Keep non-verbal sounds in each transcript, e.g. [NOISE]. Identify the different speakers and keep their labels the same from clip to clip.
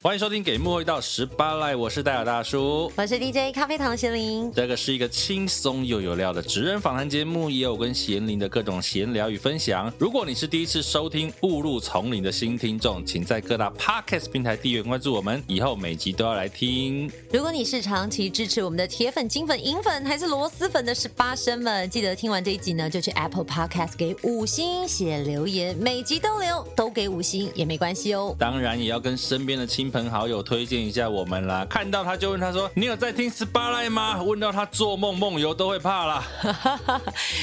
Speaker 1: 欢迎收听《给幕后一道十八赖》，我是戴尔大叔。
Speaker 2: 我是 DJ 咖啡糖贤玲，
Speaker 1: 这个是一个轻松又有料的职人访谈节目，也有跟贤玲的各种闲聊与分享。如果你是第一次收听《误入丛林》的新听众，请在各大 Podcast 平台订阅关注我们，以后每集都要来听。
Speaker 2: 如果你是长期支持我们的铁粉、金粉、银粉还是螺蛳粉的十八生们，记得听完这一集呢，就去 Apple Podcast 给五星写留言，每集都留，都给五星也没关系哦。 [LAUGHS]
Speaker 1: 当然，也要跟身边的亲朋好友推荐一下我们啦。看到他就问他说：“你有在听十八赖吗？”问到他做梦梦游都会怕啦。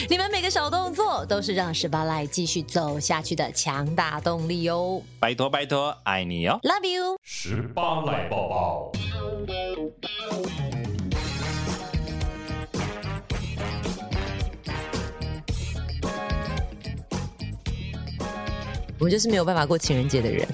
Speaker 2: 你们每个小动作都是让十八赖继续走下去的强大动力哦。
Speaker 1: 拜托拜托，爱你哦！
Speaker 2: Love you。
Speaker 3: 十八来抱抱。
Speaker 2: 我就是没有办法过情人节的人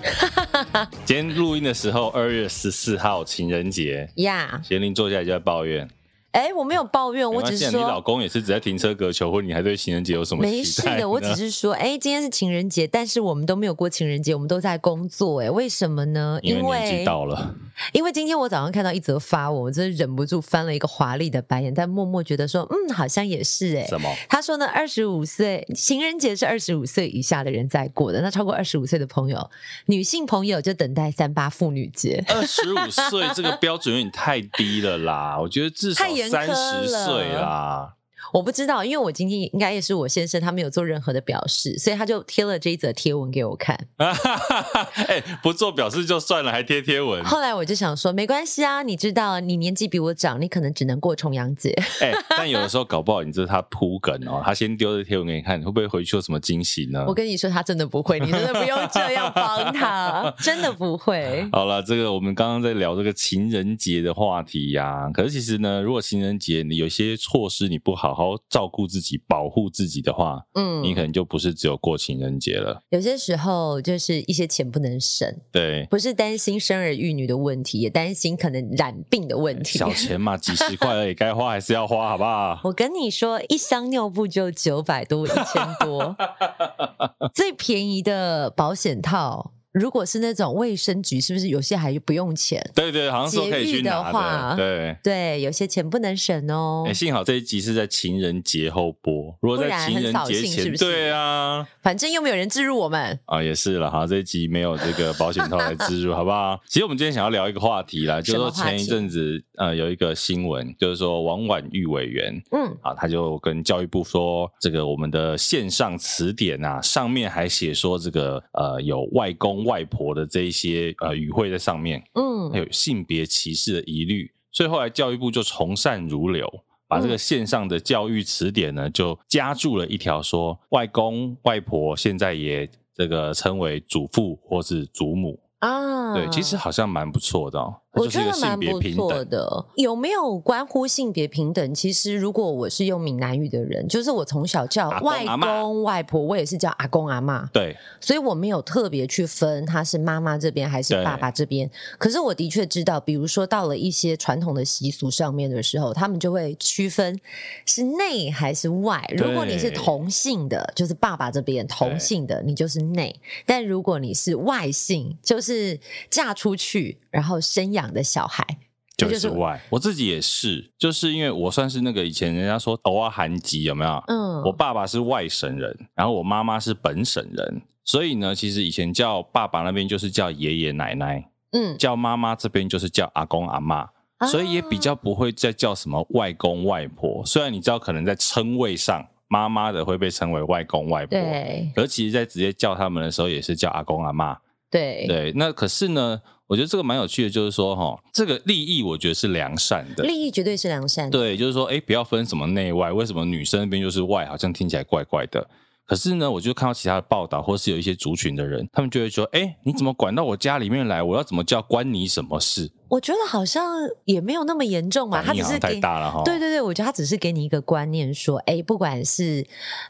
Speaker 2: [LAUGHS]
Speaker 1: 今天录音的时候，二月十四号情人节，
Speaker 2: 呀。
Speaker 1: 贤玲坐下来就在抱怨。
Speaker 2: 哎、我没有抱怨，
Speaker 1: 没
Speaker 2: 我
Speaker 1: 关
Speaker 2: 只
Speaker 1: 系
Speaker 2: 是
Speaker 1: 啊你老
Speaker 2: 说。
Speaker 1: 公也是只在停车格求婚，你还对情人节有什么期待呢？
Speaker 2: 没事的，我只是说，哎、今天是情人节，但是我们都没有过情人节，我们都在工作、哎，为什么呢？
Speaker 1: 因为年纪到了，
Speaker 2: 因为今天我早上看到一则发文，我真的忍不住翻了一个华丽的白眼，但默默觉得说，嗯，好像也是哎、
Speaker 1: 什么？
Speaker 2: 他说呢，二十五岁情人节是二十五岁以下的人在过的，那超过二十五岁的朋友，女性朋友就等待三八妇女节。
Speaker 1: 二十五岁这个标准有点太低了 [LAUGHS] 啦，我觉得至少
Speaker 2: 太严苛
Speaker 1: 三
Speaker 2: 了
Speaker 1: 十岁啦。
Speaker 2: 我不知道，因为我今天应该也是我先生，他没有做任何的表示，所以他就贴了这一则贴文给我看。
Speaker 1: [LAUGHS] 哎、不做表示就算了，还贴贴文。
Speaker 2: 后来我就想说，没关系啊，你知道，你年纪比我长，你可能只能过重阳节。
Speaker 1: 哎、但有的时候搞不好你这是他铺梗哦，他先丢的贴文给你看，你会不会回去有什么惊喜呢
Speaker 2: 我？跟你说，他真的
Speaker 1: [LAUGHS]
Speaker 2: 不会，你真的不用这样帮他，真的不会。
Speaker 1: 好了，这个我们刚刚在聊这个情人节的话题呀、可是其实呢，如果情人节你有些措施你不好好照顾自己、保护自己的话，
Speaker 2: 嗯，
Speaker 1: 你可能就不是只有过情人节了。
Speaker 2: 有些时候就是一些钱不能省，
Speaker 1: 对，
Speaker 2: 不是担心生儿育女的问题，也担心可能染病的问题。
Speaker 1: 小钱嘛，几十块而已，该花还是要花，好不好？
Speaker 2: [LAUGHS] 我跟你说，一箱尿布就九百多、一千
Speaker 1: [LAUGHS]
Speaker 2: 多，最便宜的保险套，如果是那种卫生局，是不是有些还不用钱？
Speaker 1: 对对，好像说可以去拿
Speaker 2: 节育的话
Speaker 1: 对。
Speaker 2: 对，有些钱不能省哦
Speaker 1: 哎、。幸好这一集是在情人节后播，如果
Speaker 2: 不
Speaker 1: 在
Speaker 2: 然
Speaker 1: 情人
Speaker 2: 很扫
Speaker 1: 节
Speaker 2: 兴
Speaker 1: 前，
Speaker 2: 是不是
Speaker 1: 对啊，
Speaker 2: 反正又没有人置入我们。
Speaker 1: 啊也是了哈，这一集没有这个保险套来植
Speaker 2: [LAUGHS]
Speaker 1: 入，好不好？其实我们今天想要聊一个话题啦，就是
Speaker 2: 什么
Speaker 1: 说
Speaker 2: 话
Speaker 1: 前一
Speaker 2: 题
Speaker 1: 阵子呃有一个新闻，就是说王婉玉委员
Speaker 2: 嗯，
Speaker 1: 啊，他就跟教育部说，这个我们的线上词典啊，上面还写说这个呃有外公外婆的这一些呃语汇在上面，还
Speaker 2: 嗯，
Speaker 1: 有性别歧视的疑虑，所以后来教育部就从善如流，把
Speaker 2: 嗯
Speaker 1: 这个线上的教育词典呢，就加注了一条说，外公外婆现在也这个称为祖父或是祖母，
Speaker 2: 啊，
Speaker 1: 对，其实好像蛮不错的、哦，它
Speaker 2: 我
Speaker 1: 就是
Speaker 2: 觉
Speaker 1: 一个
Speaker 2: 得
Speaker 1: 性
Speaker 2: 蛮
Speaker 1: 别
Speaker 2: 不
Speaker 1: 平
Speaker 2: 错
Speaker 1: 等。
Speaker 2: 的。有没有关乎性别平等？其实，如果我是用闽南语的人，就是我从小叫
Speaker 1: 阿公
Speaker 2: 外
Speaker 1: 阿嬷
Speaker 2: 公外婆，我也是叫阿公阿妈，
Speaker 1: 对，
Speaker 2: 所以我没有特别去分他是妈妈这边还是
Speaker 1: 对
Speaker 2: 爸爸这边。可是我的确知道，比如说到了一些传统的习俗上面的时候，他们就会区分是内还是外。如果你是同性的，就是爸爸这边同性的，你就是内；但如果你是外姓，就是嫁出去然后生养的小孩。
Speaker 1: 就
Speaker 2: 这就是是
Speaker 1: 外。我自己也是，就是因为我算是那个以前人家说偶尔韩籍有没有？
Speaker 2: 嗯，
Speaker 1: 我爸爸是外省人，然后我妈妈是本省人，所以呢，其实以前叫爸爸那边就是叫爷爷奶奶，
Speaker 2: 嗯，
Speaker 1: 叫妈妈这边就是叫阿公阿妈，
Speaker 2: 啊
Speaker 1: 所以也比较不会再叫什么外公外婆。虽然你知道可能在称谓上，妈妈的会被称为外公外婆，
Speaker 2: 对
Speaker 1: 而其实在直接叫他们的时候也是叫阿公阿妈。
Speaker 2: 对
Speaker 1: 对，那可是呢，我觉得这个蛮有趣的，就是说哈，这个利益我觉得是良善的。
Speaker 2: 利益绝对是良善的。
Speaker 1: 对，就是说，哎，不要分什么内外，为什么女生那边就是外，好像听起来怪怪的。可是呢，我就看到其他的报道，或是有一些族群的人，他们就会说，哎，你怎么管到我家里面来？我要怎么叫关你什么事？
Speaker 2: 我觉得好像也没有那么严重嘛，他
Speaker 1: 反应
Speaker 2: 只
Speaker 1: 好像哦
Speaker 2: 是
Speaker 1: 太
Speaker 2: 给
Speaker 1: 大了哈。
Speaker 2: 对对对，我觉得他只是给你一个观念，说，哎，不管是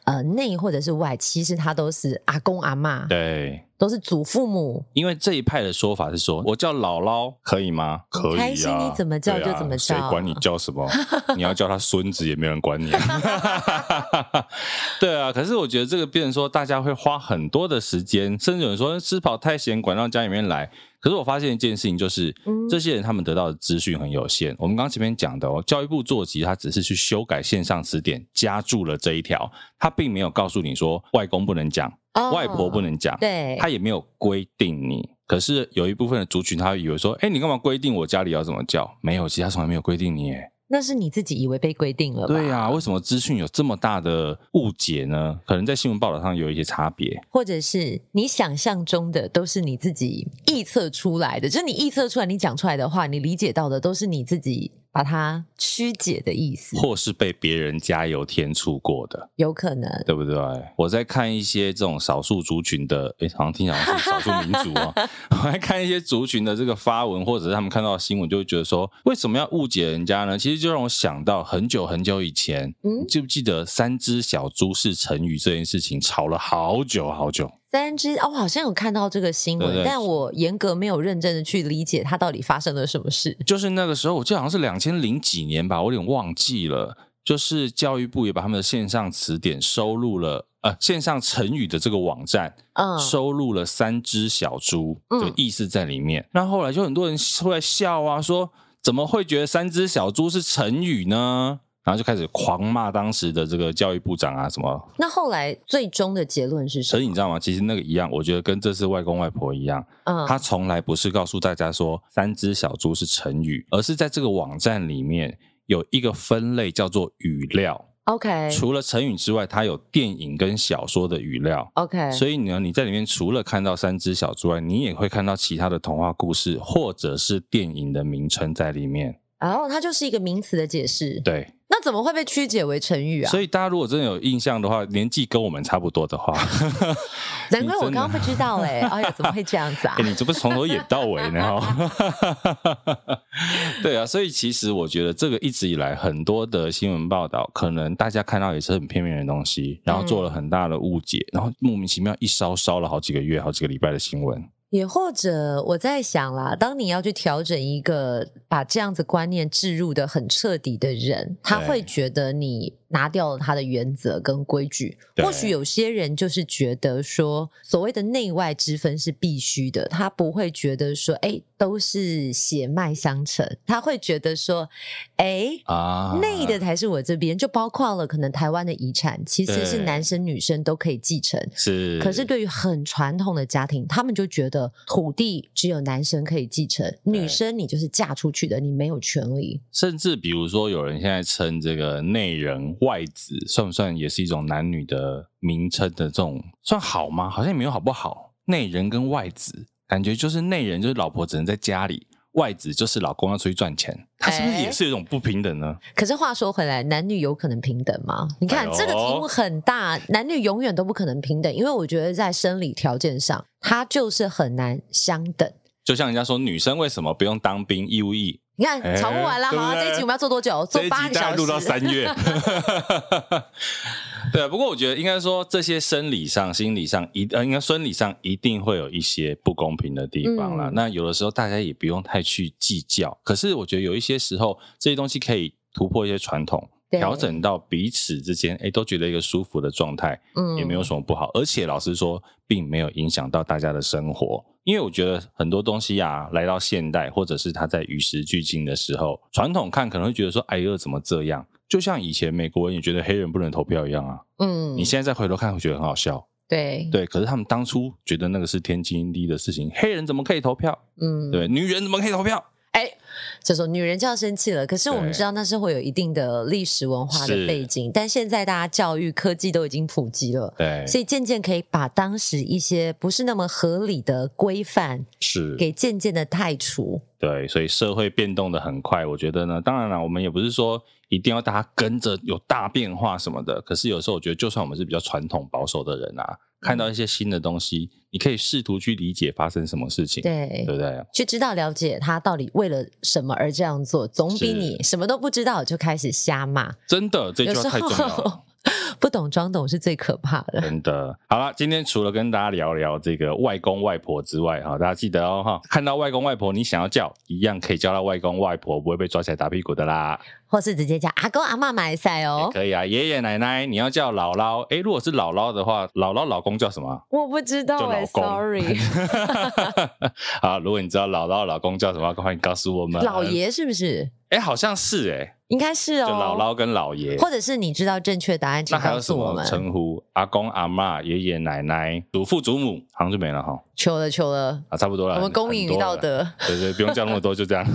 Speaker 2: 呃内或者是外，其实他都是阿公阿妈，
Speaker 1: 对
Speaker 2: 都是祖父母。
Speaker 1: 因为这一派的说法是说，我叫姥姥可以吗？可以、啊，
Speaker 2: 开心你怎么叫
Speaker 1: 对啊
Speaker 2: 就怎么叫
Speaker 1: 谁管你叫什
Speaker 2: [LAUGHS]
Speaker 1: 么？你要叫他孙子也没人管你、啊。 [LAUGHS] 对啊，可是我觉得这个变成说，大家会花很多的时间，甚至有人说吃饱太闲，管到家里面来。可是我发现一件事情，就是
Speaker 2: 嗯
Speaker 1: 这些人他们得到的资讯很有限。我们刚刚前面讲的哦，教育部做题，他只是去修改线上词典，加注了这一条，他并没有告诉你说外公不能讲，
Speaker 2: 哦
Speaker 1: 外婆不能讲，
Speaker 2: 对，
Speaker 1: 他也没有规定你。可是有一部分的族群，他会以为说，哎，你干嘛规定我家里要怎么叫？没有，其实他从来没有规定你耶。
Speaker 2: 那是你自己以为被规定了吧？
Speaker 1: 对呀、为什么资讯有这么大的误解呢？可能在新闻报道上有一些差别。
Speaker 2: 或者是你想象中的都是你自己臆测出来的，就是你臆测出来，你讲出来的话，你理解到的都是你自己把它曲解的意思，
Speaker 1: 或是被别人加油添醋过的，
Speaker 2: 有可能。
Speaker 1: 对不对？我在看一些这种少数族群的，诶，好像听起来好像是少数民族哦。我在看一些族群的这个发文，或者是他们看到的新闻，就会觉得说，为什么要误解人家呢？其实就让我想到很久很久以前，
Speaker 2: 嗯
Speaker 1: 你，记不记得“三只小猪是成语”这件事情，吵了好久好久。
Speaker 2: 三只哦，我好像有看到这个新闻，
Speaker 1: 对对
Speaker 2: 但我严格没有认真的去理解它到底发生了什么事。
Speaker 1: 就是那个时候，我记得好像是两千零几年吧，我有点忘记了。就是教育部也把他们的线上词典收录了，呃，线上成语的这个网站
Speaker 2: 嗯，
Speaker 1: 收录了三只小猪
Speaker 2: 嗯
Speaker 1: 的意思在里面。那后来就很多人出来笑啊，说怎么会觉得三只小猪是成语呢？然后就开始狂骂当时的这个教育部长啊，什么
Speaker 2: 那后来最终的结论是什
Speaker 1: 所
Speaker 2: 么？
Speaker 1: 以你知道吗？其实那个一样，我觉得跟这次外公外婆一样，
Speaker 2: 嗯，
Speaker 1: 他从来不是告诉大家说“三只小猪”是成语，而是在这个网站里面有一个分类叫做语料。
Speaker 2: OK
Speaker 1: 除了成语之外，它有电影跟小说的语料。
Speaker 2: OK，
Speaker 1: 所以呢，你在里面除了看到三只小猪外，你也会看到其他的童话故事或者是电影的名称在里面。
Speaker 2: 然后它就是一个名词的解释。
Speaker 1: 对，
Speaker 2: 那怎么会被曲解为成语啊？
Speaker 1: 所以大家如果真的有印象的话，年纪跟我们差不多的话，
Speaker 2: 难怪我刚刚
Speaker 1: 你真的
Speaker 2: 不
Speaker 1: [LAUGHS]
Speaker 2: 知道哎、哎呀，怎么会这样 [LAUGHS] 子啊
Speaker 1: 哎、？你这不是从头演到尾呢？哦， [LAUGHS] 对啊，所以其实我觉得这个一直以来很多的新闻报道，可能大家看到也是很片面的东西，然后做
Speaker 2: 嗯
Speaker 1: 了很大的误解，然后莫名其妙一烧烧了好几个月、好几个礼拜的新闻。
Speaker 2: 也或者我在想啦，当你要去调整一个把这样子观念置入的很彻底的人，他
Speaker 1: 对
Speaker 2: 会觉得你拿掉了他的原则跟规矩。
Speaker 1: 对
Speaker 2: 或许有些人就是觉得说，所谓的内外之分是必须的，他不会觉得说，哎、都是血脉相承，他会觉得说，哎、
Speaker 1: 啊，
Speaker 2: 内的才是我这边，就包括了可能台湾的遗产，其实是
Speaker 1: 对
Speaker 2: 男生女生都可以继承，
Speaker 1: 是，
Speaker 2: 可是对于很传统的家庭，他们就觉得土地只有男生可以继承，女生你就是嫁出去的，你没有权利。
Speaker 1: 甚至比如说有人现在称这个内人外子，算不算也是一种男女的名称的这种算好吗？好像也没有好不好。内人跟外子，感觉就是内人就是老婆只能在家里，外子就是老公要出去赚钱，他是不是
Speaker 2: 哎
Speaker 1: 也是有一种不平等呢？
Speaker 2: 可是话说回来，男女有可能平等吗？你
Speaker 1: 哎
Speaker 2: 看、
Speaker 1: 呦
Speaker 2: 这个题目很大，男女永远都不可能平等，因为我觉得在生理条件上，它就是很难相等。
Speaker 1: 就像人家说，女生为什么不用当兵义务役？
Speaker 2: 你看
Speaker 1: 哎，
Speaker 2: [LAUGHS] 吵不完了，好、啊，
Speaker 1: 对不对
Speaker 2: 这一集我们要做多久？
Speaker 1: 这
Speaker 2: 做
Speaker 1: 一集
Speaker 2: 八个
Speaker 1: 大概
Speaker 2: 小时，
Speaker 1: 录到三
Speaker 2: [LAUGHS]
Speaker 1: 月。对啊，不过我觉得应该说这些生理上、心理上一呃，应该生理上一定会有一些不公平的地方啦。
Speaker 2: 嗯
Speaker 1: 那有的时候大家也不用太去计较，可是我觉得有一些时候这些东西可以突破一些传统，
Speaker 2: 对
Speaker 1: 调整到彼此之间，哎，都觉得一个舒服的状态，
Speaker 2: 嗯
Speaker 1: 也没有什么不好。而且老实说，并没有影响到大家的生活，因为我觉得很多东西啊，来到现代或者是它在与时俱进的时候，传统看可能会觉得说，哎呦怎么这样？就像以前美国人也觉得黑人不能投票一样啊，
Speaker 2: 嗯
Speaker 1: 你现在再回头看会觉得很好笑，
Speaker 2: 对，
Speaker 1: 对。可是他们当初觉得那个是天经地义的事情，黑人怎么可以投票？
Speaker 2: 嗯，
Speaker 1: 对，女人怎么可以投票？
Speaker 2: 哎，这时候女人就要生气了。可是我们
Speaker 1: 对
Speaker 2: 知道那是会有一定的历史文化的
Speaker 1: 是
Speaker 2: 背景，但现在大家教育科技都已经普及了，
Speaker 1: 对，
Speaker 2: 所以渐渐可以把当时一些不是那么合理的规范
Speaker 1: 是
Speaker 2: 给渐渐的汰除。
Speaker 1: 对，所以社会变动的很快，我觉得呢，当然了，我们也不是说一定要大家跟着有大变化什么的。可是有时候我觉得，就算我们是比较传统保守的人啊，看
Speaker 2: 嗯
Speaker 1: 到一些新的东西，你可以试图去理解发生什么事情，
Speaker 2: 对
Speaker 1: 对。不对？
Speaker 2: 去知道了解他到底为了什么而这样做，总比
Speaker 1: 是
Speaker 2: 你什么都不知道就开始瞎骂。
Speaker 1: 真的，这
Speaker 2: 有
Speaker 1: 句
Speaker 2: 时
Speaker 1: 话太重要了。
Speaker 2: 候 [LAUGHS] 不懂装懂是最可怕的。
Speaker 1: 真的，好了，今天除了跟大家聊聊这个外公外婆之外，哈，大家记得哦，哈，看到外公外婆，你想要叫，一样可以叫到外公外婆，不会被抓起来打屁股的啦。
Speaker 2: 或是直接叫阿公阿妈马来塞
Speaker 1: 也
Speaker 2: 哦。
Speaker 1: 可以啊，爷爷奶奶你要叫姥姥，诶，如果是姥姥的话，姥姥老公叫什么
Speaker 2: [LAUGHS]
Speaker 1: 啊？ [LAUGHS]
Speaker 2: 我不知道
Speaker 1: 就
Speaker 2: 哎、
Speaker 1: 老
Speaker 2: s
Speaker 1: 公
Speaker 2: o r
Speaker 1: [LAUGHS]
Speaker 2: r y
Speaker 1: 好，如果你知道姥姥老公叫什么，欢迎告诉我们。
Speaker 2: 老，爷是不是？
Speaker 1: 诶，好像是诶，
Speaker 2: 应该是哦，
Speaker 1: 就姥姥跟姥爷。
Speaker 2: 或者是你知道正确答案，请
Speaker 1: 那还
Speaker 2: 告
Speaker 1: 有什
Speaker 2: 诉我
Speaker 1: 么
Speaker 2: 们。
Speaker 1: 称呼？阿公、阿嬷、爷爷、奶奶、祖父、祖母，好像就没了哈。
Speaker 2: 求了求了，
Speaker 1: 啊，差不多了。
Speaker 2: 我们公
Speaker 1: 很
Speaker 2: 允
Speaker 1: 多
Speaker 2: 与
Speaker 1: 了
Speaker 2: 道。德。
Speaker 1: 对对，不用叫那么多，就这样。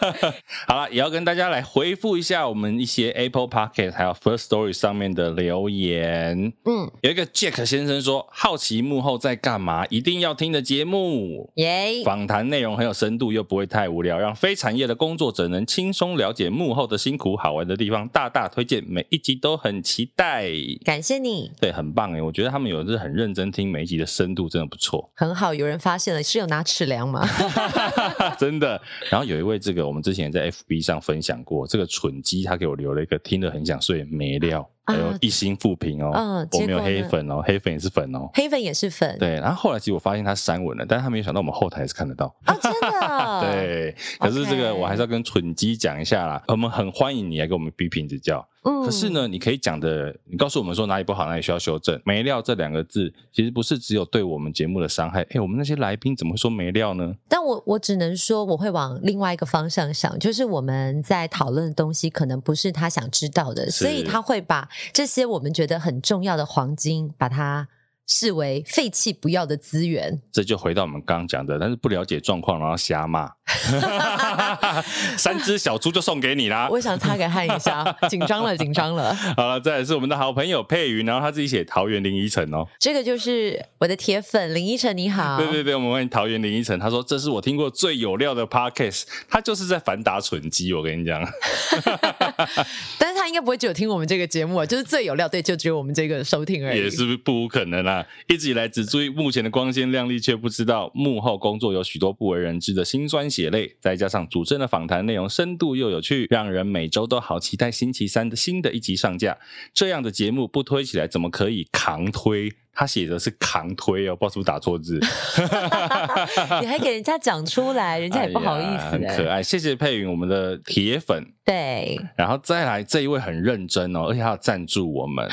Speaker 1: [LAUGHS] 好了，也要跟大家来回复一下我们一些 Apple Pocket 还有 First Story 上面的留言。
Speaker 2: 嗯，
Speaker 1: 有一个 Jack 先生说：“好奇幕后在干嘛？一定要听的节目。”
Speaker 2: 耶、
Speaker 1: 访谈内容很有深度，又不会太无聊，让非产业的工作者能轻松了解幕后的辛苦、好玩的地方。大大推荐，每一集都很期待。
Speaker 2: 感谢你，
Speaker 1: 对，很棒哎！我觉得他们有的是很认真听每一集的深度，真的不错，
Speaker 2: 很好，有人发现了，是有拿尺量吗？
Speaker 1: [LAUGHS]
Speaker 2: [LAUGHS]
Speaker 1: 真的。然后有一位这个我们之前也在 FB 上分享过，这个蠢鸡他给我留了一个听得很想睡没料，
Speaker 2: 啊
Speaker 1: 还有一星复评哦，
Speaker 2: 嗯
Speaker 1: 我没有
Speaker 2: 结果呢
Speaker 1: 黑粉哦，黑粉也是粉哦。
Speaker 2: 黑粉也是粉，
Speaker 1: 对，然后后来其实我发现他删文了，但是他没有想到我们后台也是看得到。
Speaker 2: 哦，真的，，
Speaker 1: [LAUGHS] 对，可是这个
Speaker 2: OK
Speaker 1: 我还是要跟蠢鸡讲一下啦，我们很欢迎你来给我们批评指教。
Speaker 2: 嗯
Speaker 1: 可是，呢，你可以讲的，你告诉我们说哪里不好，哪里需要修正。没料这两个字，其实不是只有对我们节目的伤害。哎，我们那些来宾怎么会说没料呢？
Speaker 2: 但我我只能说，我会往另外一个方向想，就是我们在讨论的东西可能不是他想知道的，
Speaker 1: 是
Speaker 2: 所以他会把这些我们觉得很重要的黄金，把它视为废弃不要的资源。
Speaker 1: 这就回到我们刚刚讲的，但是不了解状况，然后瞎骂。 [LAUGHS] 三只小猪就送给你啦。
Speaker 2: 我想擦个汗一下，哦紧张了，紧张了。
Speaker 1: 好了，再来是我们的好朋友佩云，然后他自己写桃园林依晨哦。
Speaker 2: 这个就是我的铁粉林依晨，你好。
Speaker 1: 对对对，我们问桃园林依晨，他说这是我听过最有料的 podcast，他就是在反打蠢鸡，我跟你讲。
Speaker 2: 但是他应该不会只有听我们这个节目啊，就是最有料，对，就只有我们这个收听而已。
Speaker 1: 也是不无可能啦、一直以来只注意目前的光鲜亮丽，却不知道幕后工作有许多不为人知的辛酸血泪。再加上主持人的访谈内容深度又有趣，让人每周都好期待星期三的新的一集上架。这样的节目不推起来怎么可以扛推？他写的是扛推哦，不知道是不是打错字。
Speaker 2: 你还给人家讲出来，人家也不好意思、欸
Speaker 1: 哎呀很可
Speaker 2: 爱。
Speaker 1: 爱。谢谢佩云，我们的铁粉。
Speaker 2: 对，
Speaker 1: 然后再来这一位很认真哦，而且他有赞助我们，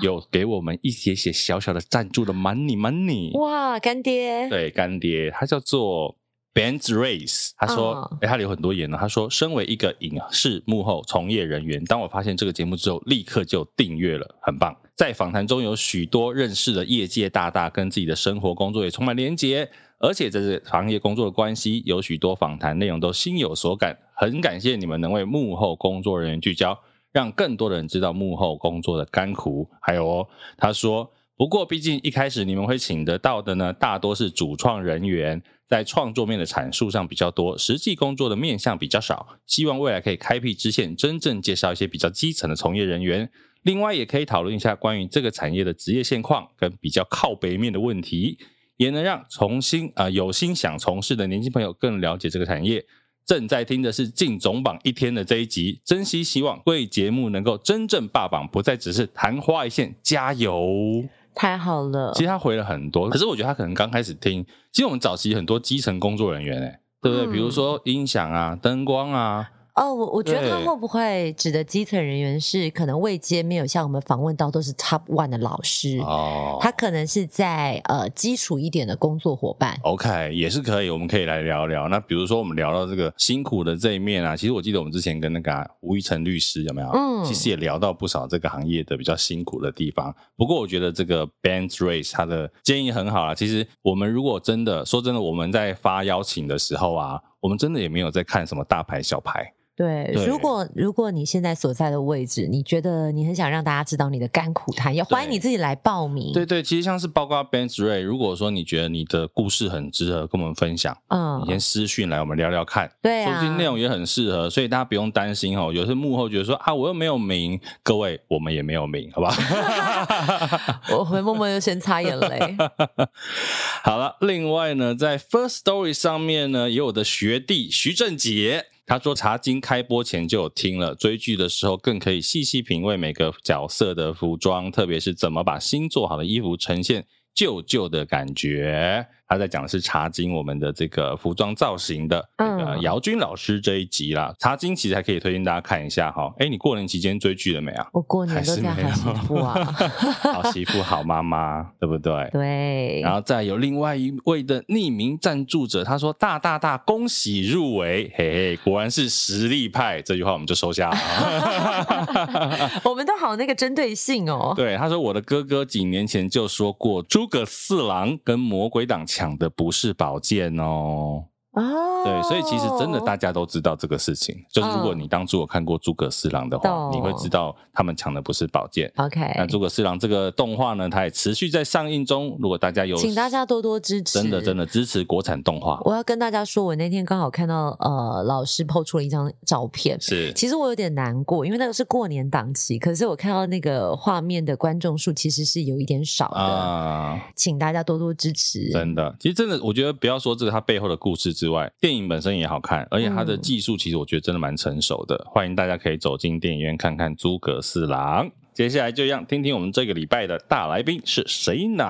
Speaker 1: 有给我们一些些小小的赞助的 money money。
Speaker 2: 哇，干爹，
Speaker 1: 对，干爹，他叫做 Ben Race。他说，哎、
Speaker 2: 嗯
Speaker 1: 他留很多言呢。他说，身为一个影视幕后从业人员，当我发现这个节目之后，立刻就订阅了，很棒。在访谈中有许多认识的业界大大，跟自己的生活工作也充满连结。而且在这行业工作的关系，有许多访谈内容都心有所感，很感谢你们能为幕后工作人员聚焦，让更多的人知道幕后工作的甘苦。还有哦，他说，不过毕竟一开始你们会请得到的呢，大多是主创人员，在创作面的阐述上比较多，实际工作的面向比较少。希望未来可以开辟支线，真正介绍一些比较基层的从业人员。另外，也可以讨论一下关于这个产业的职业现况跟比较靠北面的问题，也能让重新啊、呃有心想从事的年轻朋友更了解这个产业。正在听的是进总榜一天的这一集，珍惜希望贵节目能够真正霸榜，不再只是昙花一现。加油！
Speaker 2: 太好了
Speaker 1: 其。实他回了很多，可是我觉得他可能刚开始听。其实我们早期很多基层工作人员、欸，对不对？
Speaker 2: 嗯
Speaker 1: 比如说音响啊、灯光啊，
Speaker 2: 哦，我我觉得他
Speaker 1: 对
Speaker 2: 会不会指的基层人员是可能未接没有像我们访问到都是 top one 的老师，
Speaker 1: 哦
Speaker 2: 他可能是在呃基础一点的工作伙伴。
Speaker 1: OK，也是可以，我们可以来聊聊。那比如说，我们聊到这个辛苦的这一面啊，其实我记得我们之前跟那个啊吴、玉成律师有没有？
Speaker 2: 嗯
Speaker 1: 其实也聊到不少这个行业的比较辛苦的地方。不过我觉得这个 Ben Race 他的建议很好啊。其实我们如果真的说真的，我们在发邀请的时候啊，我们真的也没有在看什么大牌小牌。
Speaker 2: 对，
Speaker 1: 对
Speaker 2: 如果如果你现在所在的位置，你觉得你很想让大家知道你的甘苦谈，也欢迎你自己来报名。
Speaker 1: 对，对，其实像是包括 Ben Ray，如果说你觉得你的故事很值得跟我们分享，
Speaker 2: 嗯
Speaker 1: 你，先私讯来，我们聊聊看。
Speaker 2: 对
Speaker 1: 说不定
Speaker 2: 啊
Speaker 1: 内，容也很适合，所以大家不用担心哦。有些幕后觉得说啊，我又没有名，各位我们也没有名，好不好？
Speaker 2: 我会默默就先擦
Speaker 1: [LAUGHS]
Speaker 2: 眼泪。
Speaker 1: 好了，另外呢，在 First Story 上面呢，也有我的学弟徐正杰，他说《茶经》开播前就有听了，追剧的时候更可以细细品味每个角色的服装，特别是怎么把新做好的衣服呈现旧旧的感觉。他在讲的是《茶经》我们的这个服装造型的这个
Speaker 2: 嗯
Speaker 1: 姚军老师这一集啦，《茶经》其实还可以推荐大家看一下哈。哎，你过年期间追剧了没
Speaker 2: [LAUGHS]
Speaker 1: 啊？ [LAUGHS]
Speaker 2: 我过
Speaker 1: 还
Speaker 2: 年都
Speaker 1: 是
Speaker 2: 在
Speaker 1: 没
Speaker 2: 好
Speaker 1: 有
Speaker 2: 媳妇啊，
Speaker 1: [LAUGHS] 好媳妇，好妈妈，对不对？
Speaker 2: 对，
Speaker 1: 然后再有另外一位的匿名赞助者，他说：“大大大，恭喜入围！嘿嘿，果然是实力派。”这句话我们就收下啊
Speaker 2: [LAUGHS]
Speaker 1: 了。
Speaker 2: 我们都好那个针对性哦。
Speaker 1: 对，他说：“我的哥哥几年前就说过，诸葛四郎跟魔鬼党抢的不是宝剑哦。”
Speaker 2: 哦，
Speaker 1: 对，所以其实真的大家都知道这个事情，就是如果
Speaker 2: 嗯
Speaker 1: 你当初有看过诸葛四郎的话，
Speaker 2: 懂
Speaker 1: 你会知道他们抢的不是宝剑。那
Speaker 2: 哦 OK，
Speaker 1: 诸葛四郎这个动画呢，它也持续在上映中。如果大家有，
Speaker 2: 请大家多多支持，
Speaker 1: 真的真。的支持国产动画，
Speaker 2: 我要跟大家说，我那天刚好看到呃，老师抛出了一张照片，
Speaker 1: 是
Speaker 2: 其实我有点难过，因为那个是过年档期，可是我看到那个画面的观众数其实是有一点少的，
Speaker 1: 啊。
Speaker 2: 请大家多多支持。
Speaker 1: 真的，其实真的，我觉得不要说这个它背后的故事之外，电影本身也好看，而且它的
Speaker 2: 嗯
Speaker 1: 技术其实我觉得真的蛮成熟的。欢迎大家可以走进电影院看看《诸葛四郎》。接下来就让听听我们这个礼拜的大来宾是谁呢？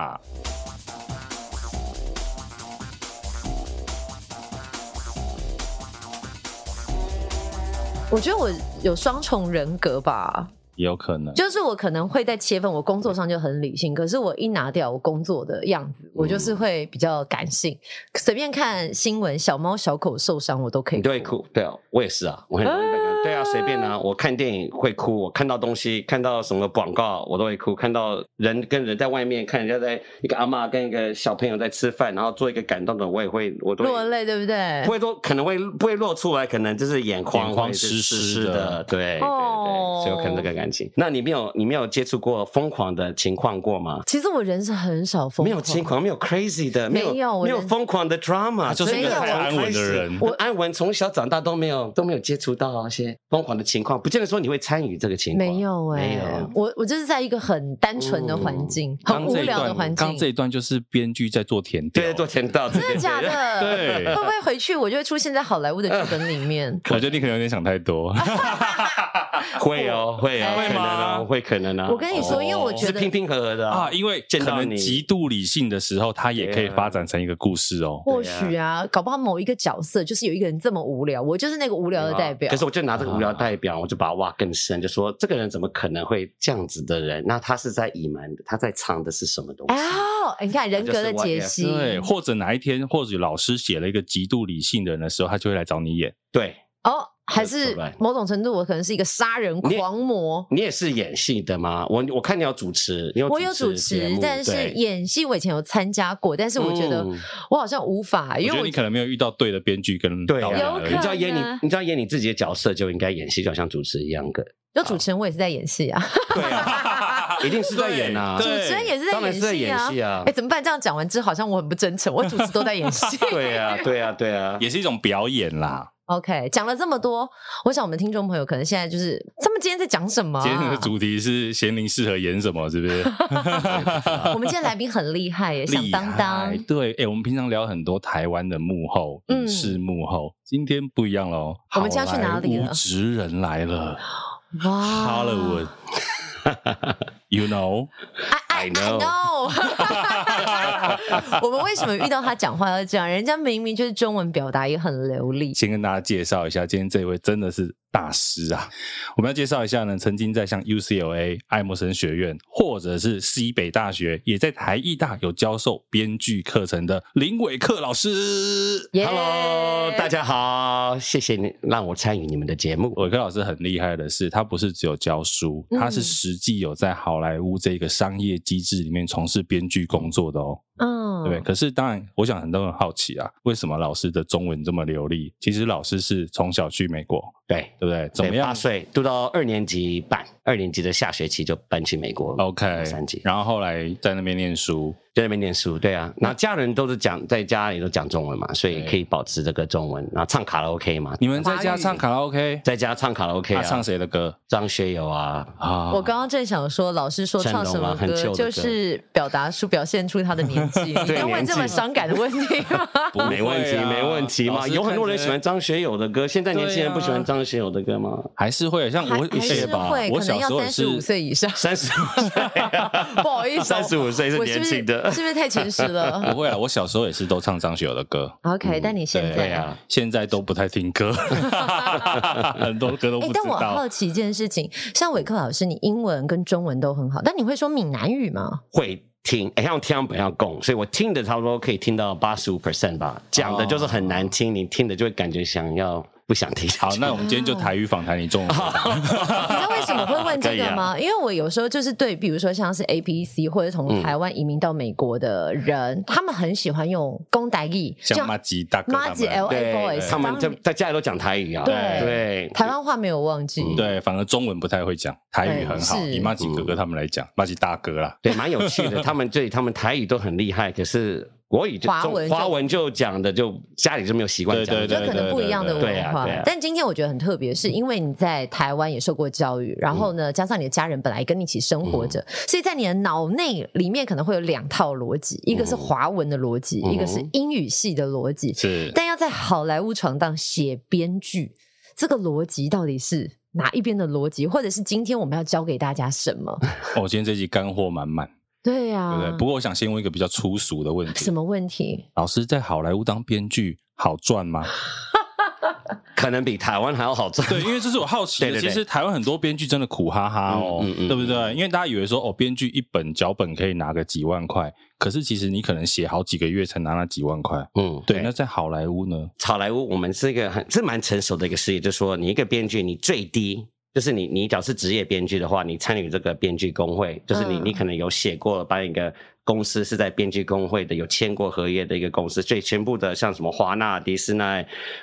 Speaker 2: 我觉得我有双重人格吧，
Speaker 1: 也有可能，
Speaker 2: 就是我可能会在切分，我工作上就很理性，可是我一拿掉我工作的样子，我就是会比较感性，随便看新闻，小猫小狗受伤我都可以
Speaker 4: 你都会哭，对哦，我也是啊，我很容易被感对啊，随便啊，我看电影会哭，我看到东西，看到什么广告我都会哭，看到人跟人在外面，看人家在一个阿嬷跟一个小朋友在吃饭，然后做一个感动的，我也会，我都会
Speaker 2: 落泪，对不对？
Speaker 4: 不会说可能会不会落出来，可能就是眼眶
Speaker 1: 眼眶
Speaker 4: 会是
Speaker 1: 湿湿
Speaker 4: 湿
Speaker 1: 的
Speaker 4: 的，对对对，
Speaker 2: 哦
Speaker 4: 所以我可能这个感情。那你没有你没有接触过疯狂的情况过吗？
Speaker 2: 其实我人是很少疯狂，
Speaker 4: 没有轻狂，没有 crazy 的，没有
Speaker 2: 没有我
Speaker 4: 没有
Speaker 2: 人
Speaker 4: 疯狂的 drama，
Speaker 1: 他就是
Speaker 2: 一个
Speaker 4: 真的
Speaker 2: 很
Speaker 4: 从
Speaker 1: 安稳的
Speaker 4: 开始
Speaker 1: 人
Speaker 4: 我安稳从小长大都没有都没有接触到那些疯狂的情况，不见得说你会参与这个情况，
Speaker 2: 没有哎、
Speaker 4: 没有。哦
Speaker 2: 我我就是在一个很单纯的环境，很
Speaker 1: 刚
Speaker 2: 无
Speaker 1: 这一
Speaker 2: 聊的
Speaker 1: 段，
Speaker 2: 环
Speaker 1: 刚这
Speaker 2: 境。
Speaker 1: 一段就是编剧在做填调，
Speaker 4: 对，做甜到真
Speaker 2: 真 [LAUGHS] 的假？的？
Speaker 1: 对
Speaker 4: [LAUGHS]
Speaker 2: 会不会回去我就会出现在好莱坞的剧本里面？
Speaker 1: 我觉得你可能有点想太多。
Speaker 2: 啊
Speaker 4: 会哦，会哦，
Speaker 1: 会
Speaker 4: 可能
Speaker 1: 吗
Speaker 4: 哦，会可能啊。
Speaker 2: 我跟你说，因为我觉
Speaker 4: 是
Speaker 2: 得
Speaker 4: 平平和和的
Speaker 1: 啊，因为
Speaker 4: [LAUGHS] 见
Speaker 1: 可
Speaker 4: 到
Speaker 1: 能
Speaker 4: 你
Speaker 1: 极度理性的时候，它也可以
Speaker 4: 对啊
Speaker 1: 发展成一个故事哦。
Speaker 2: 或许啊，搞不好某一个角色就是有一个人这么无聊，我就是那个无聊的代表。
Speaker 4: 可是我就拿这个无聊代表，我就把它挖更深，就说这个人怎么可能会这样子的人？那他是在隐瞒的，他在藏的是什么东西？
Speaker 2: 哦，你看人格的解析，
Speaker 1: 对，或者哪一天，或者老师写了一个极度理性的人的时候，他就会来找你演。
Speaker 4: 对
Speaker 2: 哦，还是
Speaker 4: 出来
Speaker 2: 某种程度我可能是一个杀人狂魔。
Speaker 4: 你也是演戏的吗？我我看你有主持，你有
Speaker 2: 我有主
Speaker 4: 节
Speaker 2: 持
Speaker 4: 目，
Speaker 2: 但是
Speaker 4: 对
Speaker 2: 演戏我以前有参加过，但是我觉得
Speaker 4: 嗯
Speaker 2: 我好像无法，
Speaker 1: 我
Speaker 2: 因
Speaker 1: 觉
Speaker 2: 为
Speaker 1: 得
Speaker 2: 我
Speaker 1: 你可能没有遇到对的编剧跟
Speaker 4: 对
Speaker 1: 导
Speaker 4: 啊，
Speaker 1: 演
Speaker 2: 有
Speaker 1: 而
Speaker 2: 可
Speaker 1: 已
Speaker 4: 你
Speaker 2: 能
Speaker 4: 只要演
Speaker 2: 啊
Speaker 4: 你，你只要演你自己的角色，就应该演戏，就好像主持一样的。
Speaker 2: 就主持人我也是在演戏啊，
Speaker 4: [LAUGHS] 对啊，一定是在演啊，
Speaker 2: 主
Speaker 1: 对
Speaker 2: 持人也是在
Speaker 4: 当然
Speaker 2: 演
Speaker 4: 是在
Speaker 2: 戏
Speaker 4: 演
Speaker 2: 啊。
Speaker 4: 戏啊
Speaker 2: 哎，。怎么办？这样讲完之后好像我很不真诚，我主持都在演戏。
Speaker 4: [LAUGHS] 对啊，对啊，对 [LAUGHS] 啊，
Speaker 1: [LAUGHS] 也是一种表演啦。
Speaker 2: [LAUGHS] OK，讲了这么多，我想我们听众朋友可能现在就是他们今天在讲什么啊？
Speaker 1: 今天的主题是贤玲适合演什么，是不
Speaker 2: [LAUGHS]
Speaker 1: 是？
Speaker 2: 我们今天来宾很厉害耶，响
Speaker 1: 厉
Speaker 2: 当当
Speaker 1: 害。对，哎，我们平常聊很多台湾的幕后、
Speaker 2: 嗯
Speaker 1: 影视幕后，今天不一样喽。
Speaker 2: 我们今天要去哪里了啊
Speaker 1: 好莱坞职人来了
Speaker 2: 哇 [LAUGHS]
Speaker 1: ，Hollywood。You know，
Speaker 2: I know 。 [LAUGHS] 我们为什么遇到他讲话要这样？人家明明就是中文表达也很流利。
Speaker 1: 先跟大家介绍一下，今天这位真的是大师啊！我们要介绍一下呢，曾经在像 UCLA 爱默生学院，或者是西北大学，也在台艺大有教授编剧课程的林伟克老师。
Speaker 2: 耶
Speaker 4: Hello，大家好，谢谢你让我参与你们的节目。
Speaker 1: 伟克老师很厉害的是，他不是只有教书，
Speaker 2: 嗯
Speaker 1: 他是实际有在好莱坞这个商业机制里面从事编剧工作的哦，
Speaker 2: 嗯，
Speaker 1: 对不对？可是当然，我想很多人好奇啊，为什么老师的中文这么流利？其实老师是从小去美国，
Speaker 4: 对，
Speaker 1: 对不对？怎么
Speaker 4: 对八
Speaker 1: 样？
Speaker 4: 岁读到二年级半，二年级的下学期就搬去美国了。
Speaker 1: OK，
Speaker 4: 三级
Speaker 1: 然后后来在那边念书，
Speaker 4: 在那边念书，对啊，然后家人都是讲在家里都讲中文嘛，所以
Speaker 1: 对
Speaker 4: 可以保持这个中文，然后唱卡拉 OK 嘛，
Speaker 1: 你们在家唱卡拉 OK，
Speaker 4: 在家唱卡拉 OK
Speaker 1: 他
Speaker 4: 啊，
Speaker 1: 唱谁的歌
Speaker 4: 张学友啊，
Speaker 1: 啊？
Speaker 2: 我刚刚正想说，老师说唱什么
Speaker 4: 成龙啊很旧的歌
Speaker 2: 就是表达出表现出他的年
Speaker 4: [LAUGHS]
Speaker 2: 纪。你要问
Speaker 4: 年纪
Speaker 2: 这么伤感的问题吗？
Speaker 1: 不会啊
Speaker 4: 没问题，没问题
Speaker 1: 老
Speaker 4: 嘛，
Speaker 1: 师
Speaker 4: 有很多人
Speaker 1: 看着啊
Speaker 4: 喜欢张学友的歌，现在年轻人不喜欢张上写我的歌
Speaker 1: [LAUGHS]
Speaker 4: 吗？
Speaker 1: 还是会像
Speaker 2: 还
Speaker 1: 我
Speaker 2: 还是
Speaker 1: 哎吧
Speaker 2: 会，
Speaker 1: 我
Speaker 2: 可
Speaker 1: 小
Speaker 2: 能要
Speaker 1: 时候也
Speaker 2: 三十五
Speaker 1: 是
Speaker 2: 岁以上。
Speaker 4: 三十五岁，啊
Speaker 2: 不好意思哦，
Speaker 4: 35岁
Speaker 2: 我是
Speaker 4: 是
Speaker 2: 不
Speaker 4: 年轻的
Speaker 2: 是不是太诚实
Speaker 1: [LAUGHS]
Speaker 2: 了
Speaker 1: 不会啊，我小时候也是都唱张学友的歌。
Speaker 2: ？OK，但你现在
Speaker 1: 嗯对
Speaker 2: 呢。
Speaker 1: 啊，现在都不太听
Speaker 2: [LAUGHS]
Speaker 1: 歌，很多歌都
Speaker 2: 哎
Speaker 1: 不，知
Speaker 2: 但我
Speaker 1: 道
Speaker 2: 好。奇一件事情，像伟克老师，你英文跟中文都很好，但你会说闽南
Speaker 1: [LAUGHS]
Speaker 2: 语吗？
Speaker 4: 会听，哎，像听本要共，所以我听的差不多可以听到八十五 percent 吧。讲的就是很难听，你听的就会感觉想要不想听下
Speaker 1: 好，
Speaker 4: 去。
Speaker 1: 那我们今天就台语访谈你中文回答。
Speaker 2: [LAUGHS] 你知道为什么会问这个
Speaker 1: 啊
Speaker 2: 吗？因为我有时候就是对，比如说像是 A P E C 或者
Speaker 1: 嗯
Speaker 2: 从台湾移民到美国的人，他们很喜欢用公台语，就
Speaker 1: 像马吉大哥他
Speaker 2: 马吉
Speaker 1: 们
Speaker 2: L A
Speaker 4: [LAUGHS] 对，
Speaker 2: boys，
Speaker 4: 他们在
Speaker 2: 当
Speaker 4: 在家里都讲台语啊。
Speaker 2: 对
Speaker 4: 对，
Speaker 2: 台湾话没有忘记。
Speaker 1: 嗯对，反而中文不太会讲，台语很好。
Speaker 2: 对是
Speaker 1: 以马吉哥哥他们来讲，马吉大哥啦，
Speaker 4: 对，蛮
Speaker 1: [LAUGHS]
Speaker 4: 有趣的。他们对他们台语都很厉害，可是国语就
Speaker 2: 华文
Speaker 4: 中
Speaker 2: 就
Speaker 4: 华文就讲的就家里就没有习惯讲的。
Speaker 1: 对
Speaker 2: 就可能不一样的
Speaker 4: 对对
Speaker 2: 文化
Speaker 4: 对对啊对啊，
Speaker 2: 但今天我觉得很特别，是因为你在台湾也受过教育，然后呢，加上你的家人本来跟你一起生活着，所以在你的脑内里面可能会有两套逻辑，一个是华文的逻辑，
Speaker 4: 嗯
Speaker 2: 一个是英语系的逻辑。
Speaker 1: 是
Speaker 2: 但要在好莱坞闯荡写编剧，这个逻辑到底是哪一边的逻辑，或者是今天我们要教给大家什么？
Speaker 1: 哦，今天这集干货满满，
Speaker 2: 对呀、
Speaker 1: 对不对？
Speaker 2: 啊
Speaker 1: 不，过我想先问一个比较粗俗的问题
Speaker 2: 什：么问题？
Speaker 1: 老师在好莱坞当编剧好赚吗？
Speaker 4: [LAUGHS] 可能比台湾还要好赚。
Speaker 1: 对，因为这是我好奇的。
Speaker 4: 对对对
Speaker 1: 其实台湾很多编剧真的苦哈哈哦，
Speaker 4: 嗯嗯嗯
Speaker 1: 对不对？因为大家以为说哦，编剧一本脚本可以拿个几万块，可是其实你可能写好几个月才拿那几万块。
Speaker 4: 嗯，
Speaker 1: 对，那在好莱坞呢？
Speaker 4: 好莱坞我们是一个很是蛮成熟的一个事业，就是说你一个编剧，你最低。就是你，你假如是职业编剧的话，你参与这个编剧工会，就是你，
Speaker 2: 嗯
Speaker 4: 你可能有写过，把你个公司是在编剧工会的，有签过合约的一个公司，所以全部的像什么华纳、迪士尼、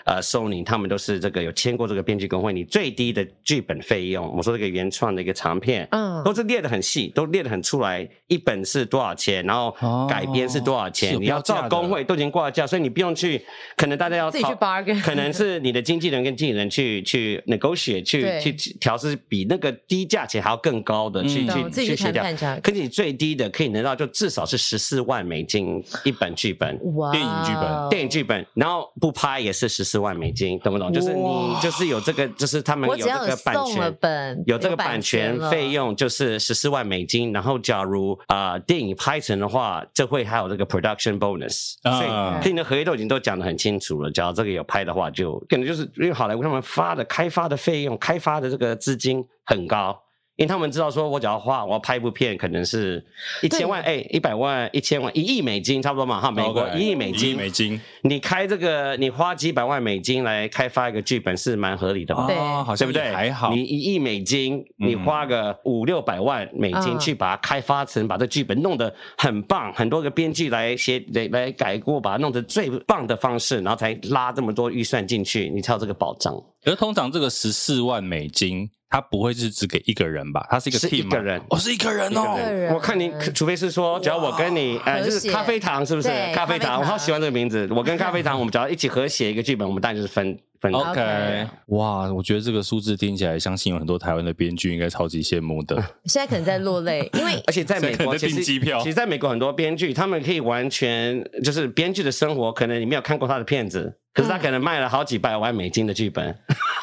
Speaker 4: 呃、索尼，他们都是这个有签过这个编剧工会。你最低的剧本费用，我说这个原创的一个长片，
Speaker 2: 嗯
Speaker 4: 都是列得很细，都列得很出来，一本是多少钱，然
Speaker 1: 哦
Speaker 4: 后改编是多少
Speaker 1: 是
Speaker 4: 钱，
Speaker 1: 有
Speaker 4: 你要
Speaker 1: 标价
Speaker 4: 照
Speaker 1: 的
Speaker 4: 工会都已经挂价，所以你不用去，可能大家要
Speaker 2: 自己去
Speaker 4: 讨
Speaker 2: bargain
Speaker 4: [LAUGHS] 可能是你的经纪人跟经纪人去去 negotiate
Speaker 2: 对
Speaker 4: 去去去调是比那个低价钱还要更高的去
Speaker 1: 嗯
Speaker 2: 懂 [LAUGHS] 自
Speaker 4: 去
Speaker 2: 己去
Speaker 4: 去协
Speaker 2: 谈
Speaker 4: 调
Speaker 2: 判价格，
Speaker 4: 可是你最低的可以能到就至少是十四万美金一本剧本。
Speaker 2: 哇哦
Speaker 1: 电影剧本
Speaker 4: 电影剧本，然后不拍也是十四万美金，懂不懂？就是你
Speaker 1: 哇
Speaker 4: 就是有这个，就是他们
Speaker 2: 我只
Speaker 4: 有这
Speaker 2: 要
Speaker 4: 个版
Speaker 2: 送了
Speaker 4: 权，
Speaker 2: 本，
Speaker 4: 有这个版权
Speaker 2: 了
Speaker 4: 费。用就是十四万美金，然后假如啊、呃电影拍成的话，这会还有这个 production bonus，、
Speaker 1: 啊
Speaker 4: 所以所以你的合约都已经都讲得很清楚了。假如这个有拍的话就，可能就是因为好莱坞他们发的开发的费用、开发的这个资金很高。因为他们知道，说我只要花，我要拍一部片，可能是一千万，哎，一百万、一千万、一亿美金，差不多嘛，哈，美国
Speaker 1: OK，
Speaker 4: 一亿
Speaker 1: 一
Speaker 4: 美
Speaker 1: 亿
Speaker 4: 金，
Speaker 1: 美金，
Speaker 4: 你开这个，你花几百万美金来开发一个剧本是蛮合理的吧？
Speaker 2: 对
Speaker 1: 哦好
Speaker 4: 对
Speaker 1: 像
Speaker 4: 不对？
Speaker 1: 也还好嗯
Speaker 4: 你。一亿美金，你花个五六百万美金
Speaker 2: 嗯
Speaker 4: 去把它开发成，把这剧本弄得很棒，很多个编剧来写来来改过，把它弄得最棒的方式，然后才拉这么多预算进去，你才有这个保障。
Speaker 1: 可是通常这个十四万美金，它不会是只给一个人吧？它是一个
Speaker 4: 是
Speaker 1: team
Speaker 4: 一个
Speaker 1: 吗
Speaker 4: 人
Speaker 1: 哦，是一个人
Speaker 2: 一个
Speaker 1: 哦。
Speaker 2: 人
Speaker 4: 我看你，除非是说，只要我跟你，呃，
Speaker 2: 和
Speaker 4: 就
Speaker 2: 谐
Speaker 4: 是咖啡糖，是不是
Speaker 2: 对？
Speaker 4: 咖啡
Speaker 2: 咖啡
Speaker 4: 糖，
Speaker 2: 糖
Speaker 4: 我好喜欢这个名字。我跟咖啡糖，我们只要一起合写一个剧本，我们当然就是分分。
Speaker 2: OK
Speaker 1: 哇，我觉得这个数字听起来，相信有很多台湾的编剧应该超级羡慕的。
Speaker 2: 现在可能在落泪，因为
Speaker 4: 而且在美
Speaker 1: 所以可
Speaker 4: 国
Speaker 1: 能在
Speaker 4: 其实
Speaker 1: 订机票
Speaker 4: 其实在美国很多编剧，他们可以完全就是编剧的生活，可能你没有看过他的片子，可是他可能卖了好几百万美金的剧本，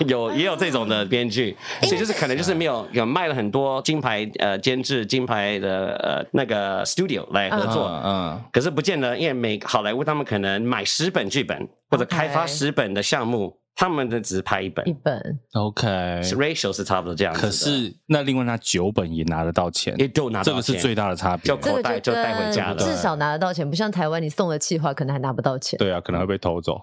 Speaker 4: 有也有这种的编剧，所以就是可能就是没有有卖了很多金牌呃监制金牌的呃那个 studio 来合作，
Speaker 1: 嗯嗯，
Speaker 4: 可是不见得，因为美好莱坞他们可能买十本剧本或者
Speaker 2: OK
Speaker 4: 开发十本的项目，他们的只拍一本
Speaker 2: 一本
Speaker 1: OK。
Speaker 4: ，ratio 是差不多这样子的，
Speaker 1: 可是那另外那九本也拿得到钱，
Speaker 4: 也都拿到
Speaker 1: 这个是
Speaker 4: 钱
Speaker 1: 最大的差别
Speaker 4: 就。
Speaker 2: 这个
Speaker 4: 口袋
Speaker 2: 就
Speaker 4: 就带回家
Speaker 2: 跟
Speaker 4: 了
Speaker 2: 至少拿得到钱，不像台湾你送了气话可能还拿不到钱。
Speaker 1: 对啊，可能会被偷走。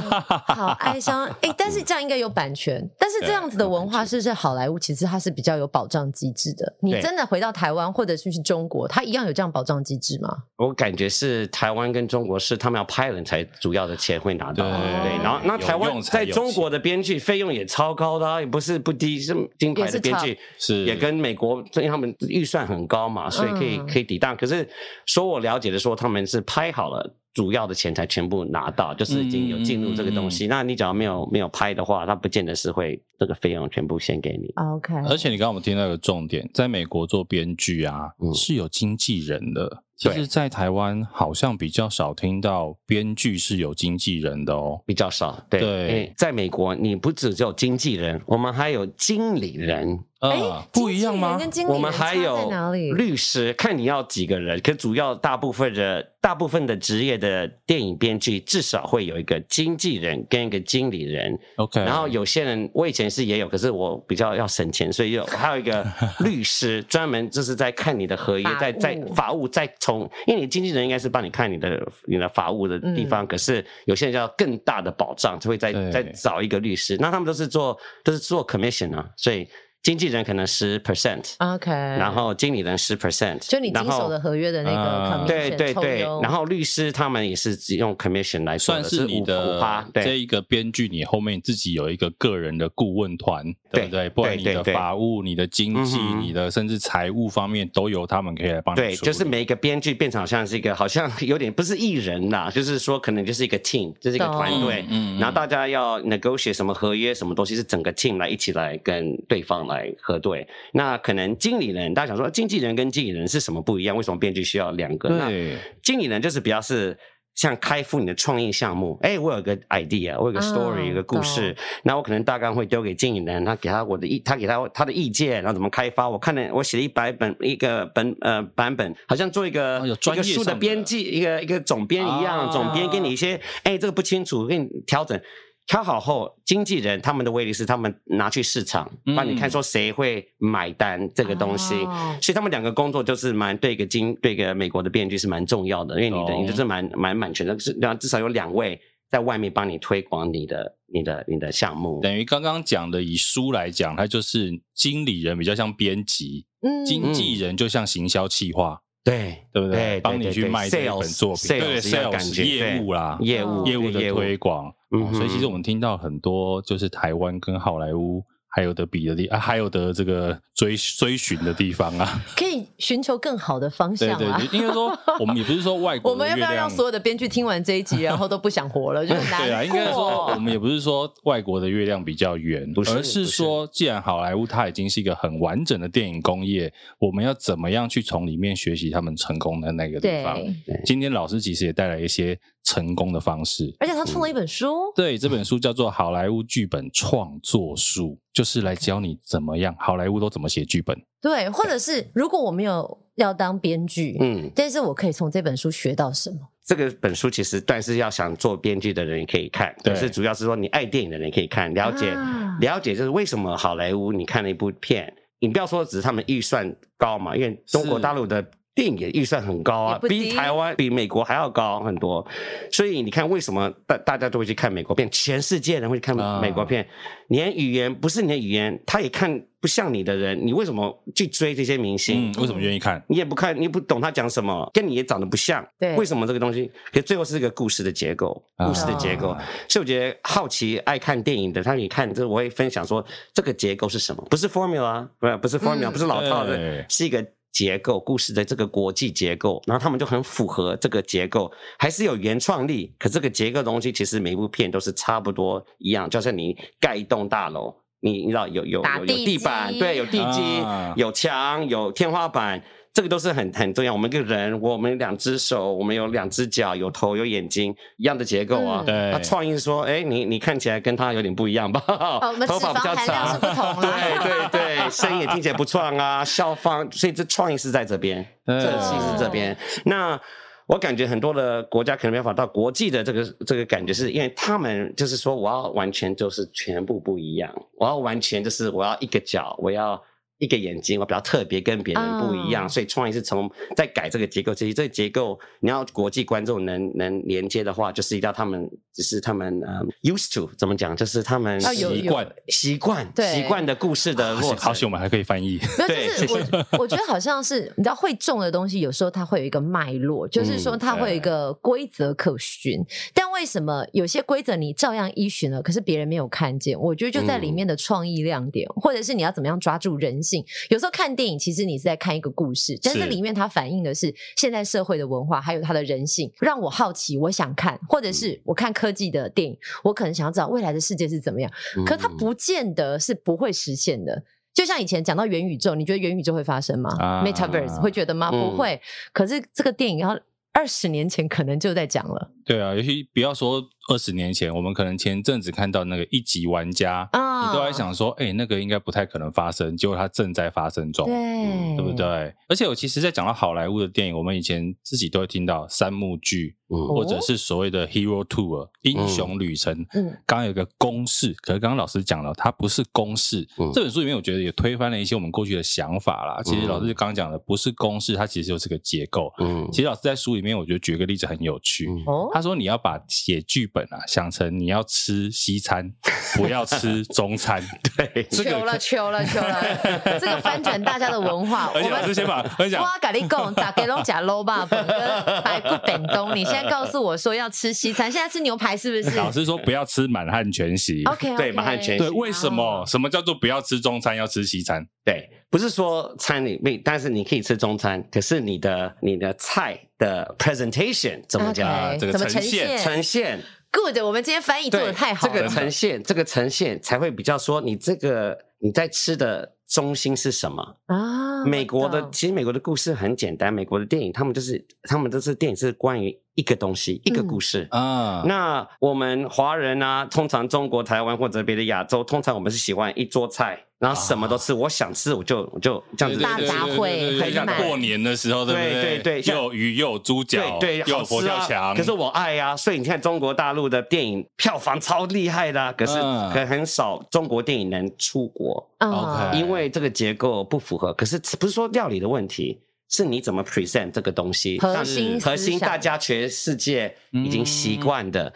Speaker 2: 好哀伤，哎、但是这样应该有版权，但是这样子的文化是不是好莱坞其实它是比较有保障机制的？你
Speaker 4: 对
Speaker 2: 真的回到台湾或者是去中国，它一样有这样保障机制吗？
Speaker 4: 我感觉是台湾跟中国是他们要拍人才主要的钱会拿到，啊
Speaker 1: 对
Speaker 4: 对。然后那台
Speaker 1: 有
Speaker 4: 湾
Speaker 1: 用才
Speaker 4: 在
Speaker 1: 有
Speaker 4: 中国的编剧费用也超高的、啊，也不是不低，是金牌的编剧
Speaker 1: 是
Speaker 4: 也跟美国，因为他们预算很高嘛，所以可以
Speaker 2: 嗯
Speaker 4: 可以抵挡。可是说我了解的说，他们是拍好了。主要的钱才全部拿到，就是已经有进入这个东
Speaker 1: 嗯
Speaker 4: 西。那你只要没有没有拍的话，他不见得是会这个费用全部先给你。
Speaker 2: OK，
Speaker 1: 而且你刚刚我们听到一个重点，在美国做编剧啊，
Speaker 4: 嗯
Speaker 1: 是有经纪人的。其
Speaker 4: 对
Speaker 1: 实，在台湾好像比较少听到编剧是有经纪人的哦。
Speaker 4: 比较少。对，
Speaker 1: 对
Speaker 4: 因为在美国，你不只只有经纪人，我们还有经理人，啊
Speaker 1: 呃，不一样吗？
Speaker 2: 哎经纪人跟经理
Speaker 4: 我们
Speaker 2: 人差
Speaker 4: 还
Speaker 2: 在
Speaker 4: 有
Speaker 2: 哪里？
Speaker 4: 律师，看你要几个人。可主要大部分的大部分的职业的电影编剧，至少会有一个经纪人跟一个经理人。
Speaker 1: OK，
Speaker 4: 然后有些人，我以前是也有，可是我比较要省钱，所以有还有一个律师，专门就是在看你的合约
Speaker 2: 法，务
Speaker 4: 在在法务再从，因为你经纪人应该是帮你看你的你的法务的地
Speaker 2: 嗯
Speaker 4: 方，可是有些人要更大的保障，就会再
Speaker 1: 对
Speaker 4: 再找一个律师。那他们都是做都是做 commission 啊，所以经纪人可能十 percent，
Speaker 2: OK，
Speaker 4: 然后经理人十 percent，
Speaker 2: 嗯就你经手的合约的那个
Speaker 1: 啊
Speaker 2: commission
Speaker 4: 对对
Speaker 2: 抽
Speaker 4: 对
Speaker 2: 佣，
Speaker 4: 然后律师他们也是只用 commission 来做
Speaker 1: 算
Speaker 4: 的，
Speaker 1: 是你
Speaker 4: 五
Speaker 1: 的
Speaker 4: 趴，
Speaker 1: 这
Speaker 4: 对
Speaker 1: 一个编剧，你后面自己有一个个人的顾问团，对
Speaker 4: 对
Speaker 1: 不对？不然
Speaker 4: 对
Speaker 1: 你
Speaker 4: 对
Speaker 1: 的
Speaker 4: 对
Speaker 1: 法务、你的经济、
Speaker 4: 嗯哼
Speaker 1: 你的甚至财务方面都由他们可以来帮你
Speaker 4: 对，
Speaker 1: 处
Speaker 4: 就是
Speaker 1: 理
Speaker 4: 每一个编剧变成好像是一个，好像有点不是艺人啦， [LAUGHS] 就是说可能就是一个 team，就是一个
Speaker 2: 懂
Speaker 4: 团队，
Speaker 1: 嗯
Speaker 4: 然后大家要 negotiate 什么合约什么东西，是整个 team 来一起来跟对方来核对。那可能经理人，大家想说经纪人跟经理人是什么不一样？为什么编剧需要两个？那
Speaker 1: 对
Speaker 4: 经理人就是比较是像开赴你的创意项目，哎，我有个 idea，我有个
Speaker 2: 啊
Speaker 4: story，、有个故事，那我可能大纲会丢给经理人，他给他我的意，他给他他的意见，然后怎么开发。我看了，我写了一百本一个本呃版本，好像做一个、
Speaker 1: 哦有
Speaker 4: 一
Speaker 1: 专业
Speaker 4: 个书
Speaker 1: 上
Speaker 4: 的
Speaker 1: 的
Speaker 4: 编辑，一个一个总编一样，
Speaker 1: 啊
Speaker 4: 总编给你一些，哎，这个不清楚，给你调整。挑好后，经纪人他们的威力是他们拿去市场，
Speaker 1: 嗯
Speaker 4: 帮你看说谁会买单这个东西。
Speaker 2: 哦
Speaker 4: 所以他们两个工作就是蛮对一个经对一个美国的编剧是蛮重要的，因为你的
Speaker 1: 懂
Speaker 4: 你就是蛮蛮满全的，是然后至少有两位在外面帮你推广你的你的你的项目。
Speaker 1: 等于刚刚讲的，以书来讲，它就是经理人比较像编辑，
Speaker 2: 嗯
Speaker 1: 经纪人就像行销企划，
Speaker 4: 对
Speaker 1: 对不
Speaker 4: 对
Speaker 1: 帮你去卖这一
Speaker 4: sales-
Speaker 1: 本作品，对
Speaker 4: sales 的感
Speaker 1: sales
Speaker 4: 觉
Speaker 1: 业务啦，
Speaker 4: 业务
Speaker 1: 哦业务的
Speaker 4: 对
Speaker 1: 推广。
Speaker 4: 嗯
Speaker 1: 哦所以其实
Speaker 4: 哼
Speaker 1: 我们听到很多就是台湾跟好莱坞还有的比的地啊，还有的这个追追寻的地方啊，
Speaker 2: [LAUGHS] 可以寻求更好的方
Speaker 1: 对
Speaker 2: 向
Speaker 1: 对
Speaker 2: 啊。
Speaker 1: 对，应该说我们也不是说外国
Speaker 2: [LAUGHS] 我们要
Speaker 1: 的
Speaker 2: 不
Speaker 1: 月亮
Speaker 2: 要让所有的编剧听完这一集，然后都不想活了，
Speaker 4: [LAUGHS]
Speaker 2: 就很难过。
Speaker 1: 对啊，应该说我们也不是说外国的月亮比较圆，
Speaker 4: 不是
Speaker 1: 而是说既然好莱坞它已经是一个很完整的电影工业，我们要怎么样去从里面学习他们成功的那个地方？
Speaker 2: 对，
Speaker 1: 今天老师其实也带来一些成功的方式。
Speaker 2: 而且他出了一本书，
Speaker 1: 对，这本书叫做《好莱坞剧本创作术》，就是来教你怎么样好莱坞都怎么写剧本。
Speaker 2: 对，或者是如果我没有要当编剧，
Speaker 4: 嗯，
Speaker 2: 但是我可以从这本书学到什么？
Speaker 4: 这个本书其实，但是要想做编剧的人也可以看，
Speaker 1: 对
Speaker 4: 可是主要是说你爱电影的人也可以看，了解、
Speaker 2: 啊
Speaker 4: 了解就是为什么好莱坞你看了一部片，你不要说只是他们预算高嘛，因为中国
Speaker 1: 是
Speaker 4: 大陆的电影也预算很高
Speaker 2: 也
Speaker 4: 啊
Speaker 2: 不，低
Speaker 4: 比台湾比美国还要高很多，所以你看为什么大大家都会去看美国片，全世界人会去看
Speaker 1: 啊
Speaker 4: 美国片，连语言不是你的语言，他也看不像你的人，你为什么去追这些明星？
Speaker 1: 嗯，为什么愿意看？
Speaker 4: 你也不看，你也不懂他讲什么，跟你也长得不像，
Speaker 2: 对
Speaker 4: 为什么这个东西？可最后是一个故事的结构，
Speaker 1: 啊
Speaker 4: 故事的结构。所以我觉得好奇爱看电影的，他你看，这我会分享说这个结构是什么，不是 formula，不是不是 formula，、
Speaker 2: 嗯
Speaker 4: 不是老套
Speaker 1: 对
Speaker 4: 的，是一个。结构故事的这个国际结构，然后他们就很符合这个结构，还是有原创力。可这个结构的东西，其实每一部片都是差不多一样，就像你盖一栋大楼，你你知道有有
Speaker 2: 打
Speaker 4: 有有
Speaker 2: 地
Speaker 4: 地板，
Speaker 2: 基
Speaker 4: 对，有地基，
Speaker 1: 啊
Speaker 4: 有墙，有天花板，这个都是很很重要。我们一个人，我们有两只手，我们有两只脚，有头有眼睛，一样的结构啊
Speaker 2: 嗯。
Speaker 1: 对
Speaker 4: 他创意说，哎，你你看起来跟他有点不一样吧？ [LAUGHS]
Speaker 2: 哦，我们脂
Speaker 4: 头发比
Speaker 2: 肪
Speaker 4: 较
Speaker 2: 含量是
Speaker 4: 长
Speaker 2: 不。同啊啦。
Speaker 4: [LAUGHS] 对对对，声音也听起来不
Speaker 2: [LAUGHS]
Speaker 4: 错啊，校方，所以这创意是在这边。
Speaker 1: 这
Speaker 4: 这其实这边，那我感觉很多的国家可能没办法到国际的这个这个感觉，是因为他们就是说，我要完全就是全部不一样，我要完全就是我要一个脚，我要。一个眼睛，我比较特别，跟别人不一样，
Speaker 2: 嗯
Speaker 4: 所以创意是从在改这个结构。其实这个结构，你要国际观众能能连接的话，就是一定要他们，只是他们呃 used to 怎么讲，就是他们
Speaker 2: 啊有
Speaker 1: 习惯。
Speaker 4: 习惯
Speaker 2: 对
Speaker 4: 习惯的故事
Speaker 1: 好
Speaker 4: 的落
Speaker 1: 险好
Speaker 4: 差。
Speaker 1: 险，我们还可以翻译。
Speaker 2: 没有，就
Speaker 4: 对
Speaker 2: 是我，我觉得好像是你知道，会中的东西有时候它会有一个脉络，就是说它会有一个规则可循。但为什么有些规则你照样依循了，可是别人没有看见？我觉得就在里面的创意亮点，或者是你要怎么样抓住人性。有时候看电影，其实你是在看一个故事，但是
Speaker 1: 是
Speaker 2: 里面它反映的是现在社会的文化，还有它的人性，让我好奇，我想看，或者是我看科技的
Speaker 1: 嗯
Speaker 2: 电影，我可能想要知道未来的世界是怎么样。可它
Speaker 4: 嗯
Speaker 2: 不见得是不会实现的。就像以前讲到元宇宙，你觉得元宇宙会发生吗、
Speaker 1: 啊
Speaker 2: m e t a v e r s e 会觉得吗？
Speaker 4: 嗯
Speaker 2: 不会。可是这个电影要二十年前可能就在讲了
Speaker 1: 对啊，尤其不要说二十年前，我们可能前阵子看到那个一级玩家，
Speaker 2: 啊，
Speaker 1: 你都在想说，哎、那个应该不太可能发生，结果它正在发生中，
Speaker 2: 对、
Speaker 1: 嗯对不对？而且我其实，在讲到好莱坞的电影，我们以前自己都会听到三幕剧，
Speaker 4: 嗯
Speaker 2: 哦
Speaker 1: 或者是所谓的 hero tour 英雄旅程。
Speaker 2: 嗯
Speaker 1: 刚刚有一个公式，可是刚刚老师讲了，它不是公式。
Speaker 4: 嗯
Speaker 1: 这本书里面，我觉得也推翻了一些我们过去的想法啦。其实
Speaker 4: 嗯
Speaker 1: 老师刚刚讲的不是公式，它其实就是个结构。
Speaker 4: 嗯
Speaker 1: 其实老师在书里面，我觉得举个例子很有趣。
Speaker 4: 嗯
Speaker 2: 哦，
Speaker 1: 他说：“你要把写剧本啊想成你要吃西餐，
Speaker 4: [LAUGHS]
Speaker 1: 不要吃中餐。
Speaker 4: 对，
Speaker 1: 这个
Speaker 2: 求了求了
Speaker 1: [LAUGHS]
Speaker 2: 求了，这个翻转大家的文化，我
Speaker 1: 而且老师
Speaker 2: 们。
Speaker 1: 先把分
Speaker 2: [LAUGHS]
Speaker 1: 享
Speaker 2: 哇，咖喱贡打给龙假 low 吧，本跟白骨本东。你现在告诉我说要吃西餐，现在吃牛排是不是
Speaker 1: 老师说不要吃满汉全席。
Speaker 2: ？OK，, o k
Speaker 4: 对满汉全
Speaker 1: 对，为什么？
Speaker 2: 哦
Speaker 1: 什么叫做不要吃中餐，要吃西餐？
Speaker 4: 对，不是说餐里面，但是你可以吃中餐，可是你的你的菜的 presentation 怎么讲啊
Speaker 2: OK
Speaker 1: 啊这个
Speaker 2: 怎么
Speaker 1: 呈
Speaker 2: 呈
Speaker 1: 现
Speaker 2: 现
Speaker 4: 呈现
Speaker 2: Good，我们今天翻译做
Speaker 4: 对
Speaker 2: 的太好
Speaker 4: 这个
Speaker 2: 了。
Speaker 4: 呈现这个呈现才会比较说你这个你在吃的中心是什么？
Speaker 2: 啊，
Speaker 4: 美国的
Speaker 2: 懂
Speaker 4: 其实美国的故事很简单，美国的电影他们就是他们都是电影是关于一个东西一个
Speaker 2: 嗯
Speaker 4: 故事。
Speaker 1: 啊
Speaker 4: 那我们华人啊，通常中国、台湾或者别的亚洲，通常我们是喜欢一桌菜，然后什么都吃，我想吃我就我就这样子
Speaker 2: 对大对杂烩
Speaker 1: 很
Speaker 2: 很
Speaker 1: 像
Speaker 2: 满
Speaker 1: 过年的时候，对不
Speaker 4: 对对对
Speaker 1: 又有鱼又有猪脚，
Speaker 4: 对
Speaker 1: 又
Speaker 4: 对，
Speaker 1: 有
Speaker 4: 好
Speaker 1: 佛
Speaker 4: 吃
Speaker 1: 跳
Speaker 4: 啊！
Speaker 1: 墙。
Speaker 4: 可是我爱呀、啊，所以你看中国大陆的电影票房超厉害的、啊，可是
Speaker 1: 嗯
Speaker 4: 可很少中国电影能出国，
Speaker 2: 啊
Speaker 1: OK
Speaker 4: 因为这个结构不符合。可是不是说料理的问题，是你怎么 present 这个东西，
Speaker 2: 核
Speaker 4: 让
Speaker 2: 心
Speaker 4: 核心
Speaker 2: 思想
Speaker 4: 大家全世界已经习惯的。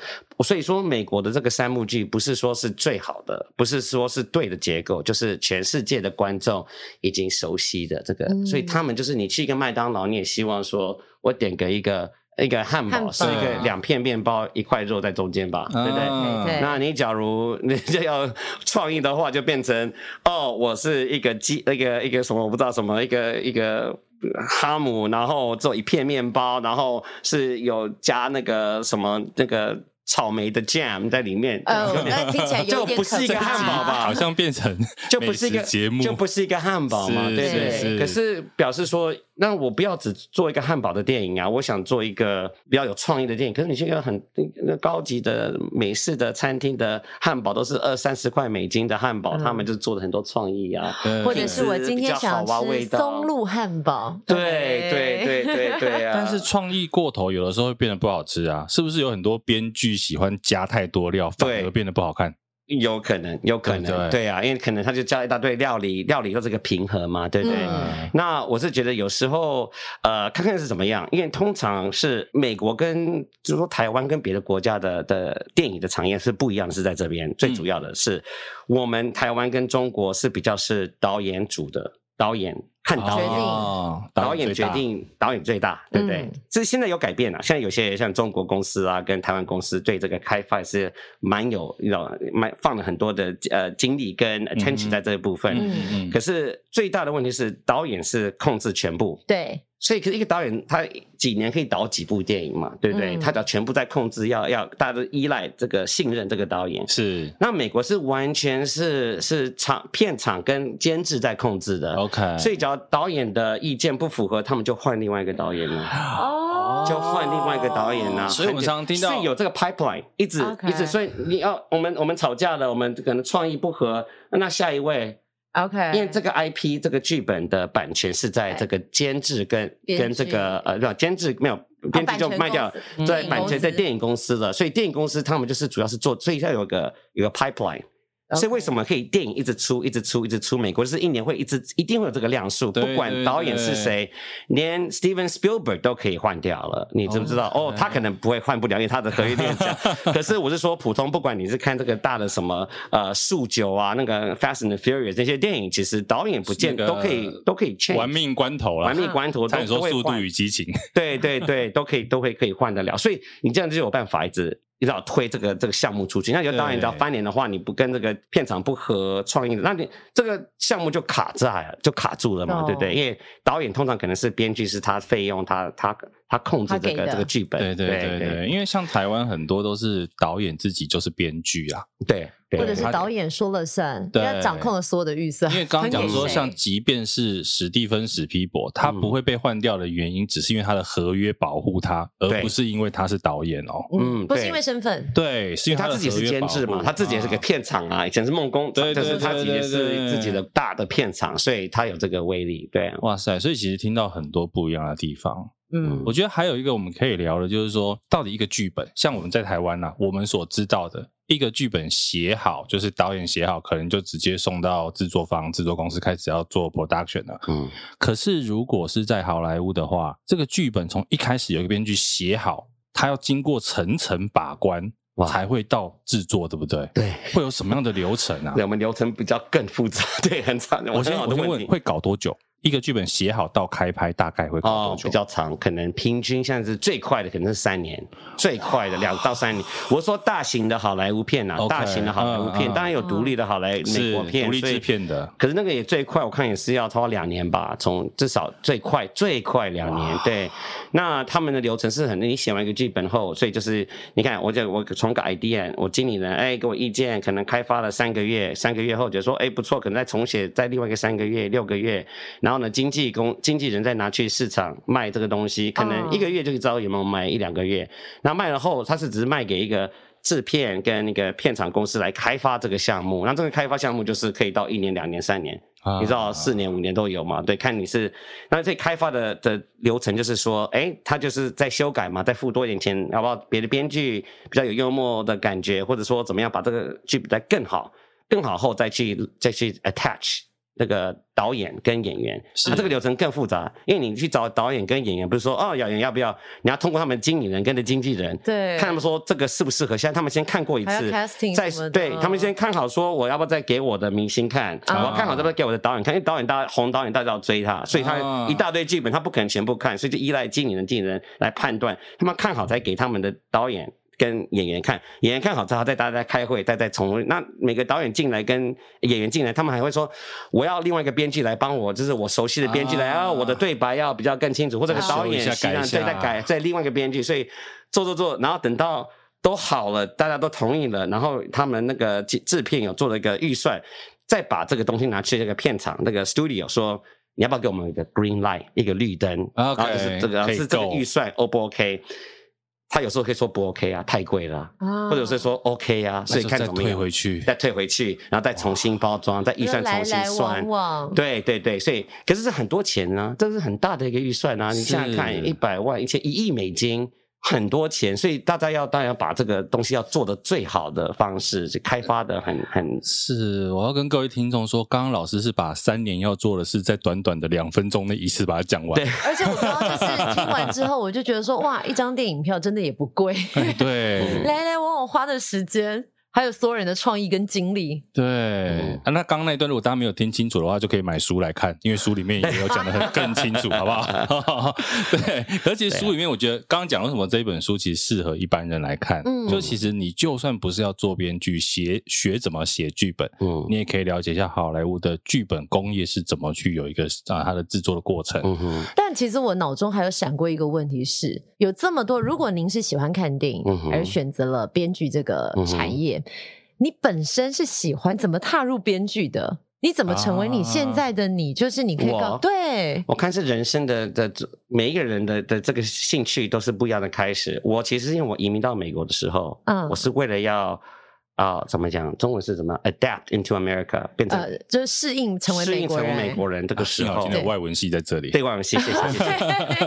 Speaker 4: 所以说，美国的这个三幕剧不是说是最好的，不是说是对的结构，就是全世界的观众已经熟悉的这个，
Speaker 2: 嗯
Speaker 4: 所以他们就是你去一个麦当劳，你也希望说我点个一个一个汉
Speaker 2: 汉
Speaker 4: 堡，
Speaker 2: 堡
Speaker 4: 是一个两片面包一块肉在中间吧，
Speaker 1: 啊
Speaker 4: 对不对？
Speaker 2: 对
Speaker 4: 嗯那你假如你就要创意的话，就变成哦，我是一个鸡，一个一个什么，我不知道什么，一个一个呃哈姆，然后做一片面包，然后是有加那个什么那个草莓的 jam 在里面，
Speaker 2: 呃，
Speaker 4: [LAUGHS]
Speaker 2: 那听起来有
Speaker 4: 就
Speaker 2: 一点
Speaker 4: 不是一
Speaker 2: 可
Speaker 4: 个
Speaker 2: 怕
Speaker 4: 汉堡吧
Speaker 1: 好像变成
Speaker 4: [LAUGHS] 就不是一
Speaker 1: 美
Speaker 4: 个
Speaker 1: 食节目，
Speaker 4: 就不是一个汉堡嘛，
Speaker 1: 是
Speaker 4: 对不
Speaker 2: 是
Speaker 4: 对？
Speaker 1: 是
Speaker 4: 可是表示说，那我不要只做一个汉堡的电影啊，我想做一个比较有创意的电影。可是你去一个很那高级的美式的餐厅的汉堡都是二三十块美金的汉堡，
Speaker 2: 嗯
Speaker 4: 他们就做了很多创意啊。
Speaker 1: 对
Speaker 2: 或者是我今天想吃松露汉堡，
Speaker 4: 对对对对对啊！
Speaker 1: 但是创意过头，有的时候会变得不好吃啊！是不是有很多编剧喜欢加太多料，反
Speaker 4: 对
Speaker 1: 而变得不好看？
Speaker 4: 有可能，有可能，
Speaker 1: 对不对
Speaker 4: 对啊，因为可能他就加一大堆料理，料理都是个平衡嘛，对不对？
Speaker 2: 嗯
Speaker 1: 嗯
Speaker 4: 那我是觉得有时候，呃，看看是怎么样，因为通常是美国跟就是说台湾跟别的国家的的电影的产业是不一样的，是在这边最主要的是，我们台湾跟中国是比较是导演组的，导演看导演。
Speaker 1: 哦
Speaker 4: 嗯导演
Speaker 1: 最
Speaker 4: 决
Speaker 1: 大
Speaker 4: 定导演最大，对不对
Speaker 2: 嗯？
Speaker 4: 这、现在有改变了、现在有些像中国公司啊，跟台湾公司对这个开发是蛮有，你知道，蛮放了很多的呃精力跟 attention 在这一部分。
Speaker 1: 嗯嗯嗯，
Speaker 4: 可是最大的问题是，导演是控制全部，
Speaker 2: 对，
Speaker 4: 所以可是一个导演他几年可以导几部电影嘛，对不对？
Speaker 2: 嗯
Speaker 4: 他只要全部在控制，要要大家都依赖这个信任这个导演。
Speaker 1: 是
Speaker 4: 那美国是完全是是场片场跟监制在控制的
Speaker 1: OK，
Speaker 4: 嗯所以只要导演的意见不符合，他们就换另外一个导演了，
Speaker 2: 哦
Speaker 4: 就换另外一个导演啊了。
Speaker 1: 所以我们常常听到
Speaker 4: 是有这个 pipeline，一直
Speaker 2: OK
Speaker 4: 一直，所以你要我们我们吵架了，我们可能创意不合，那下一位，
Speaker 2: OK，
Speaker 4: 因为这个 IP 这个剧本的版权是在这个监制跟
Speaker 2: 编哦
Speaker 4: 跟这个呃，不监制没有。编剧就卖掉了
Speaker 2: 版权公司，
Speaker 4: 在
Speaker 2: 电影公司
Speaker 4: 版权在电影公司了，所以电影公司他们就是主要是做，所以要有个有个 pipeline。
Speaker 2: OK
Speaker 4: 所以为什么可以电影一直出、一直出、一直出？美国就是一年会一直一定会有这个量数，
Speaker 1: 对
Speaker 4: 不管导演是谁，连 Steven Spielberg 都可以换掉了。你知不知道？
Speaker 1: 哦
Speaker 4: 哦，他可能不会换不了，因为他的合约定价。可是我是说，普通不管你是看这个大的什么呃《速九》啊，那个《Fast and Furious》这些电影，其实导演不见
Speaker 1: 那个
Speaker 4: 都可以都可以 change
Speaker 1: 玩命关头啦
Speaker 4: 玩。命关头
Speaker 1: 差
Speaker 4: 都
Speaker 1: 点说
Speaker 4: 都
Speaker 1: 《
Speaker 4: 会
Speaker 1: 速度
Speaker 4: 换
Speaker 1: 与激情》
Speaker 4: 对对对，都可以都会可以换得了，所以你这样就有办法一直一直要推这个这个项目出去。那有导演只要
Speaker 1: 对
Speaker 4: 翻脸的话，你不跟这个片场不合创意，那你这个项目就卡在了就卡住了嘛，
Speaker 2: 哦
Speaker 4: 对不对？因为导演通常可能是编剧是他费用，他他他控制
Speaker 2: 他
Speaker 4: 这
Speaker 2: 给
Speaker 4: 个
Speaker 2: 的
Speaker 4: 这个剧本，
Speaker 1: 对对对对，因为像台湾很多都是导演自己就是编剧啊，
Speaker 4: 对对，
Speaker 2: 或者是
Speaker 1: 他
Speaker 2: 导演说了算，
Speaker 1: 对
Speaker 2: 他掌控了所有的预算。
Speaker 1: 因为刚刚讲说，
Speaker 2: 传给谁
Speaker 1: 像即便是史蒂芬史皮博，他不会被换掉的原因，只是因为他的合约保护他，而
Speaker 4: 对
Speaker 1: 不是因为他是导演哦。
Speaker 2: 嗯，
Speaker 4: 嗯
Speaker 2: 不是
Speaker 4: 对
Speaker 2: 因为身份，
Speaker 1: 对，是因为
Speaker 4: 他
Speaker 1: 的
Speaker 4: 自己
Speaker 1: 合
Speaker 4: 是
Speaker 1: 约
Speaker 4: 监制
Speaker 1: 保
Speaker 4: 嘛
Speaker 1: 护，
Speaker 4: 他自己也是个
Speaker 1: 啊
Speaker 4: 片场啊，以前是梦工，
Speaker 1: 对对
Speaker 4: 但是他
Speaker 1: 对
Speaker 4: 自己
Speaker 1: 对
Speaker 4: 也
Speaker 1: 对
Speaker 4: 是自己的大的片场，所以他有这个威力，对啊，
Speaker 1: 哇塞！所以其实听到很多不一样的地方。
Speaker 2: 嗯
Speaker 1: 我觉得还有一个我们可以聊的，就是说，到底一个剧本，像我们在台湾呐、啊我们所知道的一个剧本写好，就是导演写好，可能就直接送到制作方、制作公司开始要做 production 了。
Speaker 4: 嗯，
Speaker 1: 可是如果是在好莱坞的话，这个剧本从一开始有一个编剧写好，他要经过层层把关，
Speaker 4: 哇
Speaker 1: 才会到制作，对不对？
Speaker 4: 对，
Speaker 1: 会有什么样的流程啊
Speaker 4: 对？我们流程比较更复杂， [LAUGHS] 对，很长，
Speaker 1: 我
Speaker 4: 很
Speaker 1: 先
Speaker 4: 好
Speaker 1: 哦我
Speaker 4: 的
Speaker 1: 先
Speaker 4: 问
Speaker 1: 问，
Speaker 4: 题。
Speaker 1: 会搞多久？一个剧本写好到开拍大概会搞
Speaker 4: 哦
Speaker 1: 多，久？
Speaker 4: 比较长，可能平均现在是最快的，可能是三年，最快的两到三年。我说大型的好莱坞片啊
Speaker 1: OK，，
Speaker 4: 大型的好莱坞
Speaker 1: 嗯嗯
Speaker 4: 片，当然有独立的好莱美
Speaker 1: 是
Speaker 4: 国片，
Speaker 1: 独立
Speaker 4: 所以
Speaker 1: 制片的
Speaker 4: 可是那个也最快，我看也是要超过两年吧，从至少最快最快两年。对，那他们的流程是很，你写完一个剧本后，所以就是你看，我就我从个 idea，我经理人哎给我意见，可能开发了三个月，三个月后觉得说哎不错，可能再重写再另外一个三个月六个月，然后呢经纪公经纪人再拿去市场卖这个东西，可能一个月就知道有没有卖一两个月，那卖了后，他是只是卖给一个制片跟那个片场公司来开发这个项目。那这个开发项目就是可以到一年、两年、三年，
Speaker 1: 啊
Speaker 4: 你知道四年、五年都有嘛？对，看你是那这开发的的流程就是说，哎，他就是在修改嘛，再付多一点钱，要不要别的编剧比较有幽默的感觉，或者说怎么样把这个剧本再更好，更好后再去再去 attach。那个导演跟演员，
Speaker 1: 是
Speaker 4: 他这个流程更复杂，因为你去找导演跟演员，不是说哦，演员要不要？你要通过他们经理人跟着经纪人，
Speaker 2: 对
Speaker 4: 看他们说这个适不适合。现在他们先看过一
Speaker 2: 还
Speaker 4: 次
Speaker 2: 要 casting，
Speaker 4: 再
Speaker 2: 什么的
Speaker 4: 对他们先看好，说我要不要再给我的明星看，我
Speaker 2: 啊
Speaker 4: 要看好再不要给我的导演看，因为导演大家红导演大家要追他，所以
Speaker 1: 啊
Speaker 4: 他一大堆剧本他不可能全部看，所以就依赖经理人、经纪人来判断，他们看好才给他们的导演。跟演员看，演员看好之后，再大家开会，再再重温。那每个导演进来跟演员进来，他们还会说，我要另外一个编剧来帮我，就是我熟悉的编剧来，
Speaker 1: 啊
Speaker 4: 啊，我的对白要比较更清楚，或者
Speaker 2: 啊
Speaker 4: 导演
Speaker 1: 修一下改一下
Speaker 4: 对，再改在另外一个编剧，所以做做做，然后等到都好了，大家都同意了，然后他们那个制制片有做了一个预算，再把这个东西拿去那个片场那个 studio 说。你要不要给我们一个 green light，一个绿灯
Speaker 1: OK，
Speaker 4: 然后就是这个
Speaker 1: 可以
Speaker 4: 是这个
Speaker 1: 够
Speaker 4: 预算 O 不 OK？他有时候可以说不 OK 啊，太贵了啊、
Speaker 2: 啊
Speaker 4: 或者是说 OK 啊，所
Speaker 1: 哦那
Speaker 4: 以
Speaker 1: 就
Speaker 4: 看
Speaker 1: 再
Speaker 4: 怎么样
Speaker 1: 退回去
Speaker 4: 再退回去，然后再重新包装，再预算
Speaker 2: 来
Speaker 4: 重新
Speaker 2: 来
Speaker 4: 算
Speaker 2: 往，往，
Speaker 4: 对对对，所以可是是很多钱呢、这是很大的一个预算啊！你想想
Speaker 1: 是
Speaker 4: 看，一百万、一千、一亿美金，很多钱，所以大家要当然要把这个东西要做的最好的方式，去开发的
Speaker 2: 呃
Speaker 4: 很很
Speaker 1: 是，我要跟各位听众说，刚刚老师是把三年要做的事，在短短的两分钟内一次把它讲完。
Speaker 4: 对
Speaker 2: 而且我刚刚就是听完之后，我就觉得说，哇，一张电影票真的也不贵，
Speaker 4: [LAUGHS]
Speaker 1: 哎 [LAUGHS]
Speaker 4: 嗯
Speaker 1: 对
Speaker 2: 来来往往花的时间，还有所有人的创意跟精力，
Speaker 1: 对
Speaker 4: 哦
Speaker 1: 啊，那刚刚那一段如果大家没有听清楚的话，就可以买书来看，因为书里面也有讲的很更清
Speaker 4: [LAUGHS]
Speaker 1: 楚，好不好？ [LAUGHS] 对，而且书里面我觉得刚刚讲为什么这一本书其实适合一般人来看，
Speaker 2: 嗯
Speaker 1: 就其实你就算不是要做编剧，写学怎么写剧本，
Speaker 4: 嗯
Speaker 1: 你也可以了解一下好莱坞的剧本工业是怎么去有一个啊它的制作的过程。
Speaker 4: 嗯哼
Speaker 2: 但其实我脑中还有闪过一个问题是，有这么多，如果您是喜欢看电影、
Speaker 4: 嗯哼嗯
Speaker 2: 而选择了编剧这个产业，你本身是喜欢怎么踏入编剧的？你怎么成为你现在的你？就是你可以告
Speaker 4: 啊我
Speaker 2: 对，
Speaker 4: 我看是人生的的每一个人的的这个兴趣都是不一样的开始。我其实因为我移民到美国的时候，
Speaker 2: 嗯
Speaker 4: 我是为了要啊、怎么讲，中文是怎么 adapt into America 变成
Speaker 2: 呃，就是适应成为
Speaker 4: 适
Speaker 2: 美
Speaker 4: 应
Speaker 2: 国
Speaker 4: 成为
Speaker 2: 人，
Speaker 4: 美国人这个时
Speaker 1: 幸好
Speaker 4: 候
Speaker 1: 啊今。天有外文系在这里，
Speaker 4: 对，万谢谢谢谢。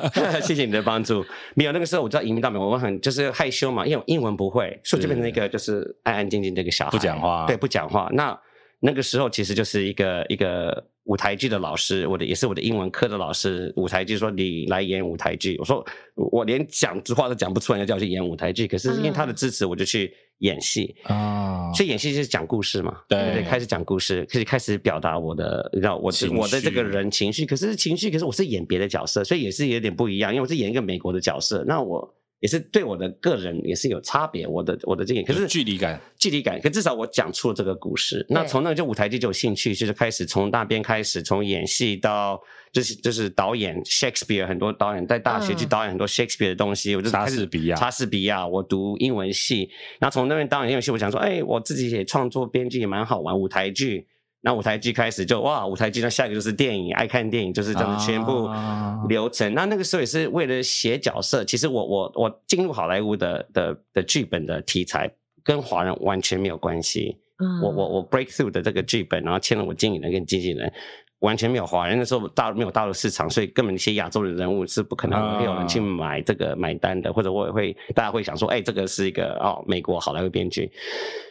Speaker 4: 谢谢你的帮助。没有那个时候，我知道移民到美国，我很就是害羞嘛，因为我英文不会，所以我就变成一个就是安安静静的一个小孩，
Speaker 1: 不讲话
Speaker 4: 对，不讲话。那那个时候其实就是一个一个舞台剧的老师，我的也是我的英文课的老师，舞台剧说你来演舞台剧，我说我连讲话都讲不出来，就叫我去演舞台剧。可是因为他的支持，我就去演戏。
Speaker 1: 啊
Speaker 4: 所以演戏就是讲故事嘛，
Speaker 1: 对
Speaker 4: 对不对，开始讲故事，可以开始表达我的，你知道我
Speaker 1: 情绪
Speaker 4: 我的这个人情绪，可是情绪，可是我是演别的角色，所以也是有点不一样，因为我是演一个美国的角色，那我也是对我的个人也是有差别，我的我的经验，可
Speaker 1: 有
Speaker 4: 是
Speaker 1: 距离感，
Speaker 4: 距离感，可至少我讲出了这个故事。那
Speaker 2: 对
Speaker 4: 从那就舞台剧就有兴趣，就是开始从那边开始，从演戏到就是就是导演 Shakespeare 很多导演在大学去
Speaker 2: 嗯
Speaker 4: 导演很多 Shakespeare 的东西，我就
Speaker 1: 莎
Speaker 4: 开始
Speaker 1: 士比亚
Speaker 4: 莎士比亚，我读英文系，那从那边当然英文系，我想说，哎，我自己也创作编剧也蛮好玩，舞台剧。那舞台剧开始就哇，舞台剧那下一个就是电影，爱看电影就是这样子，全部
Speaker 1: 啊
Speaker 4: 流程。那那个时候也是为了写角色，其实我我我进入好莱坞的的的剧本的题材跟华人完全没有关系。
Speaker 2: 嗯
Speaker 4: 我我我 breakthrough 的这个剧本，然后签了我经纪人跟经纪人。完全没有华人，那时候大陆没有大陆市场，所以根本一些亚洲的人物是不可能会有人去
Speaker 1: 啊
Speaker 4: 买这个买单的，或者我也会大家会想说，哎、这个是一个哦，美国好莱坞编剧，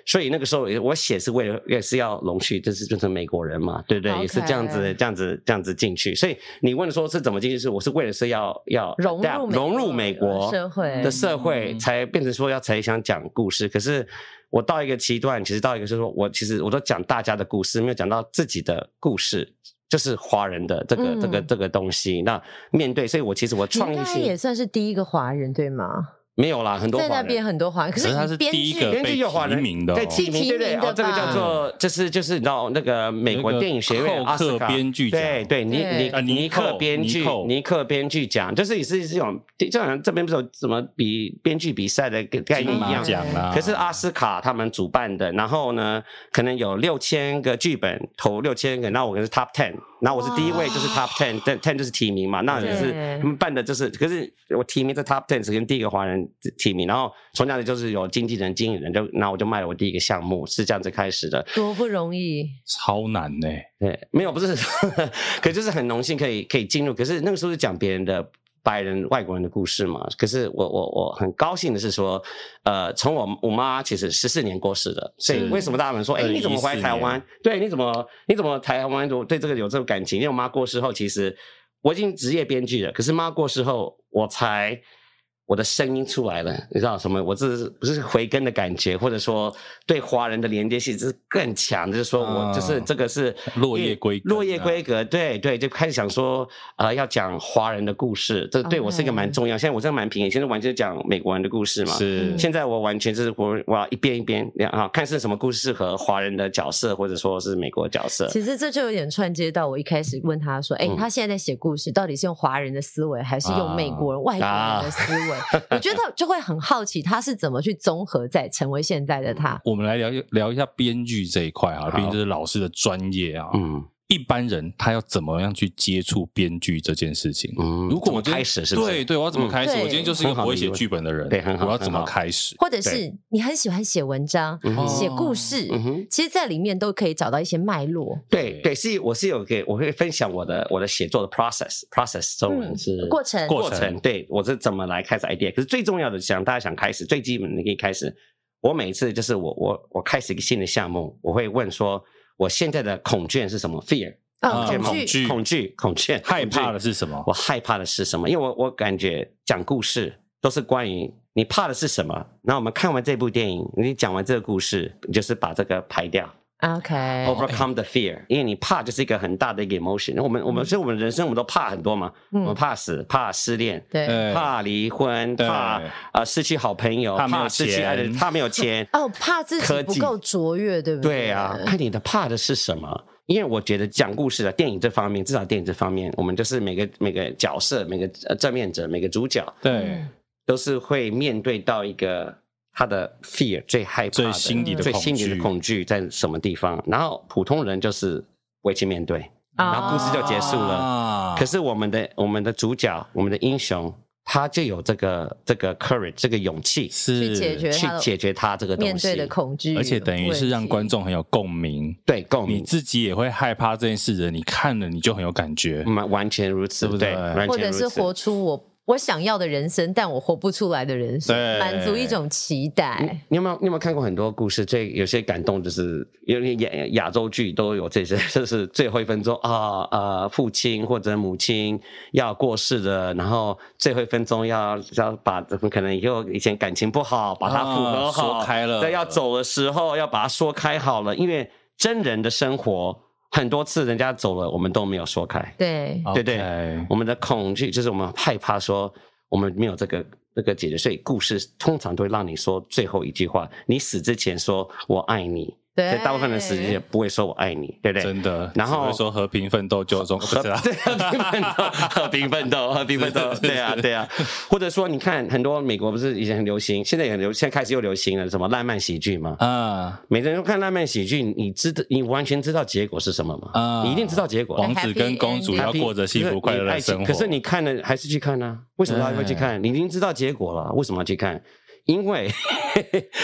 Speaker 4: 所以那个时候也我写是为了也是要容许，就是就是美国人嘛，对不对？也是这样子
Speaker 2: OK
Speaker 4: 这样子这样子进去。所以你问说是怎么进去，是我是为了是要要
Speaker 2: 融入
Speaker 4: adapt，
Speaker 2: 美
Speaker 4: 啊融入
Speaker 2: 国
Speaker 4: 美国
Speaker 2: 社会
Speaker 4: 的社会，
Speaker 1: 嗯
Speaker 4: 才变成说要才想讲故事。可是我到一个阶段，其实到一个就是说我其实我都讲大家的故事，没有讲到自己的故事。就是华人的这个、这个
Speaker 2: 嗯
Speaker 4: 这个东西，那面对，所以我其实我
Speaker 2: 你
Speaker 4: 创
Speaker 2: 应
Speaker 4: 意
Speaker 2: 该也
Speaker 4: 性
Speaker 2: 算是第一个华人对吗？
Speaker 4: 没有啦，很多
Speaker 2: 在
Speaker 4: 华
Speaker 2: 那
Speaker 4: 人
Speaker 2: 边很多华人，
Speaker 1: 可是他是
Speaker 2: 你编剧
Speaker 1: 第一个
Speaker 4: 编
Speaker 1: 被
Speaker 4: 剧有华
Speaker 1: 提
Speaker 4: 人
Speaker 1: 名的哦
Speaker 4: 对，提名
Speaker 2: 提
Speaker 4: 对不对？
Speaker 2: 名的
Speaker 4: 哦，这个叫
Speaker 2: 吧
Speaker 4: 做，就是就是你知道那个美国
Speaker 1: 那个
Speaker 4: 电影学院
Speaker 1: 寇
Speaker 4: 奥斯卡
Speaker 1: 克编剧奖
Speaker 4: 对对，尼
Speaker 2: 对
Speaker 4: 尼
Speaker 1: 啊尼
Speaker 4: 尼克
Speaker 1: 寇
Speaker 4: 编
Speaker 1: 尼
Speaker 4: 剧
Speaker 1: 寇
Speaker 4: 尼克编剧奖，就是也是这种，就好像这边不是有什么比编剧比赛的概念
Speaker 1: 金
Speaker 4: 一
Speaker 1: 马
Speaker 4: 样。
Speaker 1: 奖啦，
Speaker 4: 可是阿斯卡他们主办的，然后呢，可能有六千个剧本投六千个，那我可能是 top ten，那我是第一位，就是 top ten，但 ten 就是提名嘛，那也是
Speaker 2: 对
Speaker 4: 他们办的，就是可是我提名在 top ten 首先第一个华人提名，然后从那里就是有经纪人、经理人，就那我就卖了我第一个项目，是这样子开始的。
Speaker 2: 多不容易，
Speaker 1: 超难呢、
Speaker 4: 对，没有不是， [LAUGHS] 可就是很荣幸可以可以进入。可是那个时候是讲别人的白人外国人的故事嘛。可是我我我很高兴的是说，呃，从我我妈其实十四年过世的，所以
Speaker 1: 是
Speaker 4: 为什么大家们说，哎、
Speaker 1: 2014
Speaker 4: 你怎么回来台湾
Speaker 1: 年？
Speaker 4: 对，你怎么你怎么台湾我对这个有这种感情？因为我妈过世后，其实我已经职业编剧了，可是妈过世后，我才。我的声音出来了，你知道什么？我这是不是回根的感觉，或者说对华人的连接性是更强，就是说我就是
Speaker 1: 嗯
Speaker 4: 这个是
Speaker 1: 落叶归根啊
Speaker 4: 落叶归格，对对，就开始想说，呃，要讲华人的故事，这对我是一个
Speaker 2: 哦
Speaker 4: 蛮重要。现在我真的蛮平衡，现在完全讲美国人的故事嘛。
Speaker 2: 嗯
Speaker 1: 是
Speaker 4: 现在我完全就是我我要一遍一遍啊，看是什么故事适合华人的角色，或者说是美国角色。
Speaker 2: 其实这就有点串接到我一开始问他说：“哎、
Speaker 4: 嗯
Speaker 2: 他现在在写故事，到底是用华人的思维，还是用美
Speaker 4: 啊
Speaker 2: 国人、外国人的思维？”我觉得就会很好奇他是怎么去综合在成为现在的他。
Speaker 1: 我们来聊一聊一下编剧这一块啊，
Speaker 4: 好
Speaker 1: 毕竟这是老师的专业啊。
Speaker 4: 嗯
Speaker 1: 一般人他要怎么样去接触编剧这件事情？
Speaker 4: 嗯，
Speaker 1: 如果
Speaker 4: 怎
Speaker 1: 我
Speaker 4: 么
Speaker 1: 今天
Speaker 4: 开始是不是？
Speaker 1: 对对，我要怎么
Speaker 4: 嗯
Speaker 1: 开始？
Speaker 2: 对
Speaker 1: 我今天就是一个
Speaker 4: 很好的
Speaker 1: 不会
Speaker 4: 疑
Speaker 1: 写
Speaker 4: 问
Speaker 1: 剧本的人，
Speaker 4: 对很好
Speaker 1: 我要怎
Speaker 4: 很
Speaker 1: 么
Speaker 4: 好
Speaker 1: 开始？
Speaker 2: 或者是你很喜欢写文章、
Speaker 4: 嗯
Speaker 1: 哦
Speaker 4: 哼
Speaker 2: 写故事，
Speaker 4: 嗯哼
Speaker 2: 其实，在里面都可以找到一些脉络。
Speaker 4: 对对，是我是有给我会分享我的我的写作的 process process 中文是、
Speaker 2: 嗯过程
Speaker 1: 过嗯
Speaker 4: 过程，对我是怎么来开始 idea。可是最重要的，想大家想开始最基本的可以开始。我每次就是我我我开始一个新的项目，我会问说我现在的恐惧是什么？fear
Speaker 2: 啊，
Speaker 1: 嗯
Speaker 2: 恐
Speaker 1: 恐
Speaker 2: 惧
Speaker 1: 惧
Speaker 4: 恐惧恐惧
Speaker 1: 害怕的
Speaker 4: 是
Speaker 1: 是什么？
Speaker 4: 我害怕的是什么？因为我我感觉讲故事都是关于你怕的是什么。那我们看完这部电影，你讲完这个故事，你就是把这个排掉。
Speaker 1: 哎
Speaker 2: ，OK，
Speaker 4: overcome the fear，因为你怕就是一个很大的一个 emotion。我们
Speaker 1: 嗯
Speaker 4: 我们所以我们人生我们都怕很多嘛，
Speaker 2: 嗯
Speaker 4: 我们怕死，怕失恋，
Speaker 2: 对。
Speaker 1: 对
Speaker 4: 怕离婚，
Speaker 1: 对
Speaker 4: 怕呃失去好朋友，
Speaker 1: 怕没有
Speaker 4: 怕失去
Speaker 1: 钱
Speaker 4: 爱人，怕没有钱
Speaker 2: 哦，嗯怕自己
Speaker 4: 科
Speaker 2: 不
Speaker 4: 技
Speaker 2: 够卓越，对不对？
Speaker 4: 对啊，看你的怕的是什么？因为我觉得讲故事的啊电影这方面，至少电影这方面，我们就是每个每个角色、每个呃正面者、每个主角，
Speaker 2: 嗯
Speaker 1: 对，
Speaker 4: 都是会面对到一个呃他的 fear 最害怕
Speaker 1: 最心
Speaker 2: 底的
Speaker 4: 最
Speaker 1: 恐
Speaker 4: 心底的
Speaker 1: 惧
Speaker 4: 恐惧在什么地方，然后普通人就是不会去面对。
Speaker 2: 啊，
Speaker 4: 然后故事就结束了
Speaker 1: 啊
Speaker 4: 可是我们的我们的主角，我们的英雄，他就有这个这个 courage，这个勇气
Speaker 2: 去
Speaker 1: 是
Speaker 2: 解决
Speaker 4: 去
Speaker 2: 他的
Speaker 4: 解决他这个东西。
Speaker 2: 面对的恐惧，
Speaker 1: 而且等于是让观。众很有共鸣，
Speaker 4: 对共
Speaker 1: 你
Speaker 4: 鸣，
Speaker 1: 自己也会害怕这件事的，你看了你就很有感觉。
Speaker 4: 完完全如此，
Speaker 1: 对不对
Speaker 4: 对？完
Speaker 2: 或
Speaker 4: 全
Speaker 2: 者
Speaker 4: 如
Speaker 2: 是
Speaker 4: 此
Speaker 2: 活出我我想要的人生，但我活不出来的人生，
Speaker 1: 对
Speaker 2: 满足一种期待。
Speaker 4: 你有没有你有没有看过很多故事？最有些感动就是，因为亚亚洲剧都有这些， [LAUGHS] 就是最后一分钟啊啊，父亲或者母亲要过世了，然后最后一分钟要要把可能以后以前感情不好，把它复合
Speaker 1: 啊
Speaker 4: 好，
Speaker 1: 说开了
Speaker 4: 对，要走的时候要把它说开好了，因为真人的生活很多次人家走了，我们都没有说开。
Speaker 2: 对，
Speaker 4: 对对
Speaker 1: OK
Speaker 4: 我们的恐惧就是我们害怕说我们没有这个那个姐姐，所以故事通常都会让你说最后一句话，你死之前说我爱你，
Speaker 2: 对
Speaker 4: 但，大部分人死之前不会说我爱你，对不对？ [LAUGHS]
Speaker 1: 真的。
Speaker 4: 然后
Speaker 1: 只会说和平奋斗就中，不
Speaker 4: 和 [LAUGHS]
Speaker 1: 是啊？
Speaker 4: 对和平奋斗，和平奋斗，和平奋斗，对
Speaker 1: [LAUGHS]
Speaker 4: 啊，对啊。或者说，你看很多美国不是以前很流行，现在也很流，现在开始又流行了什么浪漫喜剧嘛？
Speaker 1: 啊，
Speaker 4: 每个人都看浪漫喜剧，你知道，你完全知道结果是什么吗？
Speaker 1: 啊
Speaker 4: 你一定知道结果。
Speaker 1: 王子跟公主要过着幸福快乐的生活。
Speaker 4: 可是你看了还是去看呢？为什么还会去看？你已经知道结果了，为什么要去看？因
Speaker 1: [LAUGHS]
Speaker 4: 为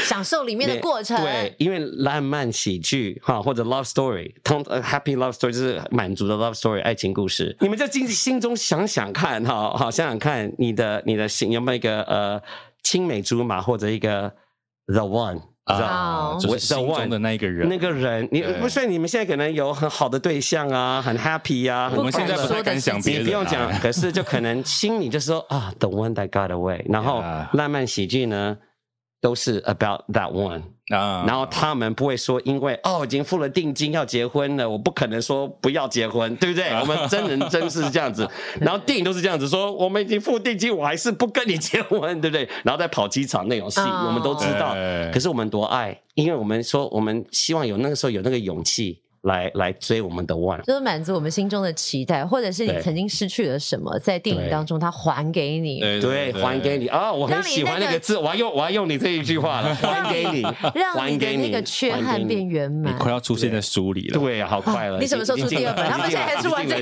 Speaker 2: 享受里面的过程，
Speaker 4: 对，因为浪漫喜剧哈，或者 love story，通呃 happy love story 就是满足的 love story 爱情故事。你们在心心中想想看哈，好想想看你的你的心有没有一个呃青梅竹马或者一个 the one，你知道吗
Speaker 1: 啊，
Speaker 2: 哦
Speaker 1: 就是心中的那一个人。
Speaker 4: 那个人，你
Speaker 1: 对
Speaker 4: 不是你们现在可能有很好的对象啊，很 happy 啊，很
Speaker 1: 我们现在
Speaker 4: 快乐
Speaker 1: 不太敢想别
Speaker 4: 你
Speaker 1: 人啊，
Speaker 4: 不用讲，可是就可能心里就说啊，the one that got away。然后
Speaker 1: Yeah
Speaker 4: 浪漫喜剧呢，都是 about that one。
Speaker 1: 啊。
Speaker 4: 然后他们不会说，因为哦，已经付了定金要结婚了，我不可能说不要结婚，对不对？
Speaker 1: 啊
Speaker 4: 我们真人真事是这
Speaker 1: [LAUGHS]
Speaker 4: 样子，然后电影都是这样子说，我们已经付定金，我还是不跟你结婚，对不对？然后再跑机场那种戏，
Speaker 2: 哦
Speaker 4: 我们都知道
Speaker 1: 对。
Speaker 4: 可是我们多爱，因为我们说，我们希望有那个时候有那个勇气来来追我们的 one。
Speaker 2: 就是满足我们心中的期待，或者是你
Speaker 4: 对
Speaker 2: 曾经失去了什么，在电影
Speaker 4: 对
Speaker 2: 当中它还给你，
Speaker 1: 对
Speaker 4: 对，还给你啊、我
Speaker 2: 让
Speaker 4: 很
Speaker 2: 你
Speaker 4: 喜
Speaker 2: 那
Speaker 4: 欢那
Speaker 2: 个
Speaker 4: 个字，我要用我要用你这一句
Speaker 2: [LAUGHS]
Speaker 4: 话了，还给你，
Speaker 2: 让
Speaker 4: 还
Speaker 2: 你的
Speaker 4: 给
Speaker 2: 那个缺憾变。圆
Speaker 1: 你
Speaker 2: 满。
Speaker 1: 快要出现在书里了。
Speaker 4: 对，好快了！
Speaker 2: 你什么时候出第二本？他们现在还出完这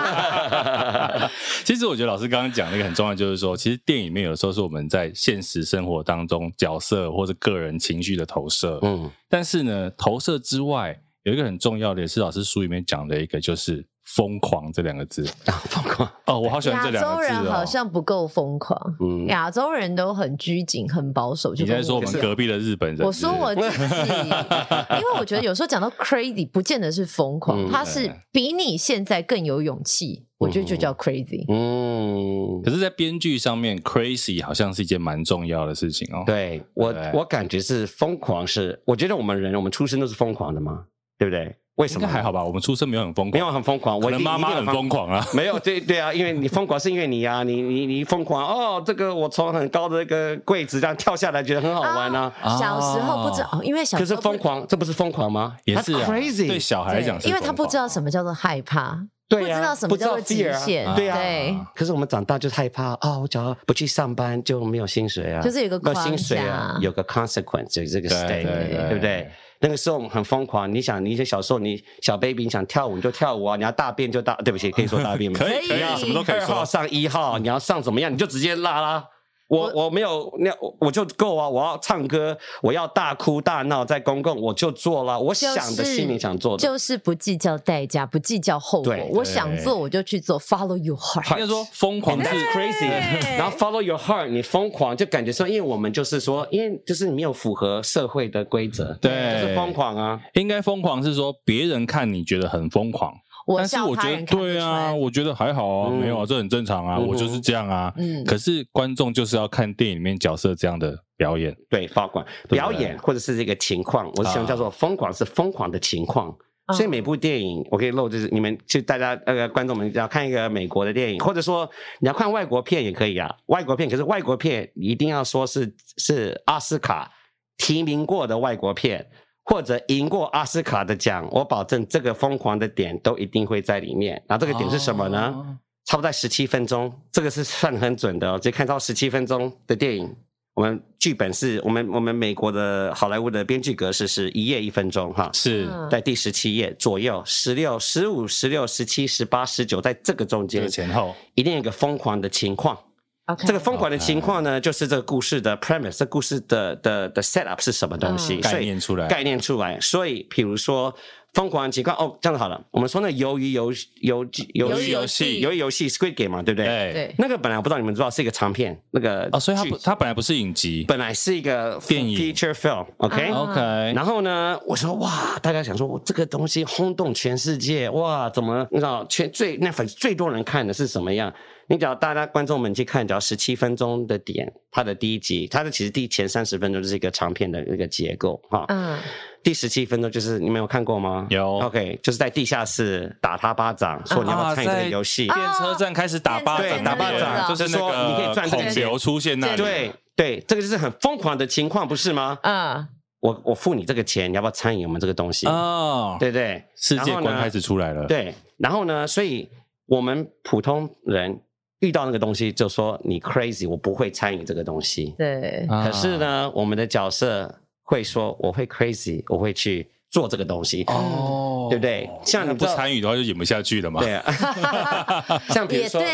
Speaker 2: 个，
Speaker 1: 其实我觉得老师刚刚讲那个很重要，就是说，其实电影里面有时候是我们在现实生活当中角色或者个人情绪的投射。
Speaker 4: [LAUGHS] 嗯，
Speaker 1: 但是呢，投射之外有一个很重要的，也是老师书里面讲的一个，就是“疯狂”这两个字。
Speaker 4: 啊，放过，
Speaker 1: 哦，我好喜欢这
Speaker 2: 亚
Speaker 1: 两
Speaker 2: 洲
Speaker 1: 个字
Speaker 2: 人
Speaker 1: 哦。
Speaker 2: 好像不够疯狂，
Speaker 4: 嗯，
Speaker 2: 亚洲人都很拘谨、很保守。就
Speaker 1: 你在
Speaker 2: 跟
Speaker 1: 说我们
Speaker 2: 一样
Speaker 1: 隔壁的日本人？
Speaker 2: 我说我自己，因为我觉得有时候讲到 crazy，不见得是疯狂，
Speaker 4: 嗯
Speaker 2: 他是比你现在更有勇气，我觉得就叫 crazy。
Speaker 4: 嗯
Speaker 1: 可，是，在编剧上面，crazy 好像是一件蛮重要的事情哦。，
Speaker 4: 对我
Speaker 1: 对
Speaker 4: 我感觉是疯狂是，我觉得我们人我们出生都是疯狂的嘛，对不对？为什
Speaker 1: 应
Speaker 4: 么
Speaker 1: 该？还好吧？我们出生没有啊很疯狂，
Speaker 4: 没有很疯狂，
Speaker 1: 可
Speaker 4: 我一
Speaker 1: 能
Speaker 4: 定
Speaker 1: 妈妈很疯。狂啊。
Speaker 4: 一定没有，对对啊，因为你疯狂是因为你啊，你你你疯狂哦，这个我从很高的一个柜子这样跳下来，觉得很好玩啊。
Speaker 1: 啊
Speaker 2: 小时候不知道，哦因为小
Speaker 4: 可
Speaker 2: 时
Speaker 4: 是
Speaker 2: 候不
Speaker 4: 疯狂，这不是疯狂吗？
Speaker 1: 也是、啊、
Speaker 4: That's crazy，
Speaker 1: 对小孩来讲是
Speaker 2: 对，因为他不知道什
Speaker 1: 么。
Speaker 2: 么叫做害怕，
Speaker 4: 对
Speaker 2: 不
Speaker 4: 呀
Speaker 2: 知道什么
Speaker 4: 不知
Speaker 2: 叫
Speaker 4: 道
Speaker 2: 做极
Speaker 4: fear 啊
Speaker 2: 限，
Speaker 4: 对啊
Speaker 2: 对
Speaker 4: 可是我们长大就害怕啊、我只要不去上班就没有薪水啊，
Speaker 2: 就是有个
Speaker 4: 没有薪水
Speaker 2: 框
Speaker 4: 啊
Speaker 2: 架，
Speaker 4: 有个 consequence，有这个
Speaker 1: 对对
Speaker 4: stay，
Speaker 1: 对
Speaker 4: 对不对？那个时候我们很疯狂，你想，你小时候你小 baby，你想跳舞你就跳舞啊，你要大便就大，对不起，可以说大便
Speaker 1: [LAUGHS]
Speaker 4: 吗？
Speaker 1: 可以
Speaker 2: 可
Speaker 1: 可
Speaker 2: 以
Speaker 1: 以，什么都可以啊
Speaker 4: 二号
Speaker 1: 说。
Speaker 4: 上一号，你要上怎么样，你就直接拉啦。我我没有那我我就够啊！我要唱歌，我要大哭大闹在公共，我就做了我想的、心里想做的。
Speaker 2: 就是不计较代价，不计较后果
Speaker 4: 对，
Speaker 2: 我想做我就去做，follow your
Speaker 1: 应
Speaker 2: heart。
Speaker 1: 该说疯狂
Speaker 4: And
Speaker 1: 是
Speaker 4: that's crazy。然后 follow your heart，你疯狂就感觉说，因为我们就是说，因为就是你没有符合社会的规则，
Speaker 1: 对
Speaker 4: 就是疯狂啊。
Speaker 1: 应该疯狂是说别人看你觉得很疯狂，
Speaker 2: 我
Speaker 1: 但是
Speaker 2: 笑
Speaker 1: 我
Speaker 2: 他
Speaker 1: 觉
Speaker 2: 人
Speaker 1: 得
Speaker 2: 看不
Speaker 1: 对啊，
Speaker 2: 穿
Speaker 1: 我觉得还好啊，
Speaker 4: 嗯
Speaker 1: 没有啊，这很正常啊，
Speaker 4: 嗯哼
Speaker 1: 我就是这样啊。
Speaker 2: 嗯
Speaker 1: 可是观众就是要看电影里面角色这样的表演，
Speaker 4: 对，疯狂
Speaker 1: 对
Speaker 4: 表演或者是这个情况，我是想叫做疯狂是疯狂的情况。
Speaker 2: 嗯
Speaker 4: 所以每部电影，我可以露，就是你们就大家那个、观众们要看一个美国的电影，或者说你要看外国片也可以啊。外国片，可是外国片一定要说是是奥斯卡提名过的外国片，或者赢过奥斯卡的奖，我保证这个疯狂的点都一定会在里面。然后这个点是什么呢？
Speaker 1: 哦
Speaker 4: 差不多在十七分钟，这个是算很准的哦。只看到十七分钟的电影，我们剧本是我们我们美国的好莱坞的编剧格式是一页一分钟哈，
Speaker 1: 是
Speaker 2: 嗯
Speaker 4: 在第十七页左右，十六、十五、十六、十七、十八、十九，在这个中
Speaker 1: 这
Speaker 4: 间
Speaker 1: 个前后
Speaker 4: 一定有一个疯狂的情况。
Speaker 2: 嗯 OK，
Speaker 4: 啊这个疯狂的情况呢，就是这个故事的 premise，这故事的的的 set up 是什么东西，
Speaker 2: 嗯
Speaker 4: 所以
Speaker 1: 概念出来
Speaker 4: 概念出来。所以，比如说疯狂的情况，哦，这样子好了，我们说那鱿鱼游游游
Speaker 1: 鱿鱼游戏
Speaker 4: 鱿鱼游戏 Squid Game 嘛，对不对？
Speaker 1: 对
Speaker 2: 对
Speaker 4: 那个本来我不知道你们知道是一个长片，那个
Speaker 1: 哦，所以他不
Speaker 4: 剧
Speaker 1: 他本来不是影集
Speaker 4: 本来是一个
Speaker 1: 电影
Speaker 4: feature film，OK、
Speaker 2: 啊
Speaker 1: ，OK，
Speaker 4: 然后呢，我说哇，大家想说我这个东西轰动全世界，哇，怎么你知道全最那反正最多人看的是什么样？你只要大家观众们去看，只要十七分钟的点，它的第一集，它的其实第前三十分钟就是一个长片的一个结构哈。
Speaker 2: 嗯，
Speaker 4: 第十七分钟就是你们有看过吗？
Speaker 1: 有啊
Speaker 4: OK，就是在地下室打他巴掌，说你要不要参与这个游戏
Speaker 2: 啊。
Speaker 1: 电车站开始打巴
Speaker 4: 对
Speaker 1: 掌，
Speaker 4: 打巴掌
Speaker 1: 就是那
Speaker 4: 就是说你可以
Speaker 1: 个
Speaker 4: 赚
Speaker 1: 孔
Speaker 4: 这些
Speaker 1: 刘出现那里，
Speaker 4: 对对，这个就是很疯狂的情况，不是吗？
Speaker 2: 啊，
Speaker 4: 我我付你这个钱，你要不要参与我们这个东西？
Speaker 1: 哦，
Speaker 4: 对不对？
Speaker 1: 世界
Speaker 4: 然后
Speaker 1: 观
Speaker 4: 呢
Speaker 1: 开始出来了，，
Speaker 4: 对，然后呢，所以我们普通人遇到那个东西，就说你 crazy，我不会参与这个东西。
Speaker 2: 对，
Speaker 1: 可
Speaker 4: 可是，呢，我们的角色会说我会 crazy，我会去做这个东西，
Speaker 1: 哦，
Speaker 4: 对不对？像你
Speaker 1: 那
Speaker 4: 知
Speaker 1: 不
Speaker 4: 道
Speaker 1: 参与的话就演不下去了嘛， [LAUGHS]
Speaker 4: 对啊， [LAUGHS] 像比如说
Speaker 2: 也，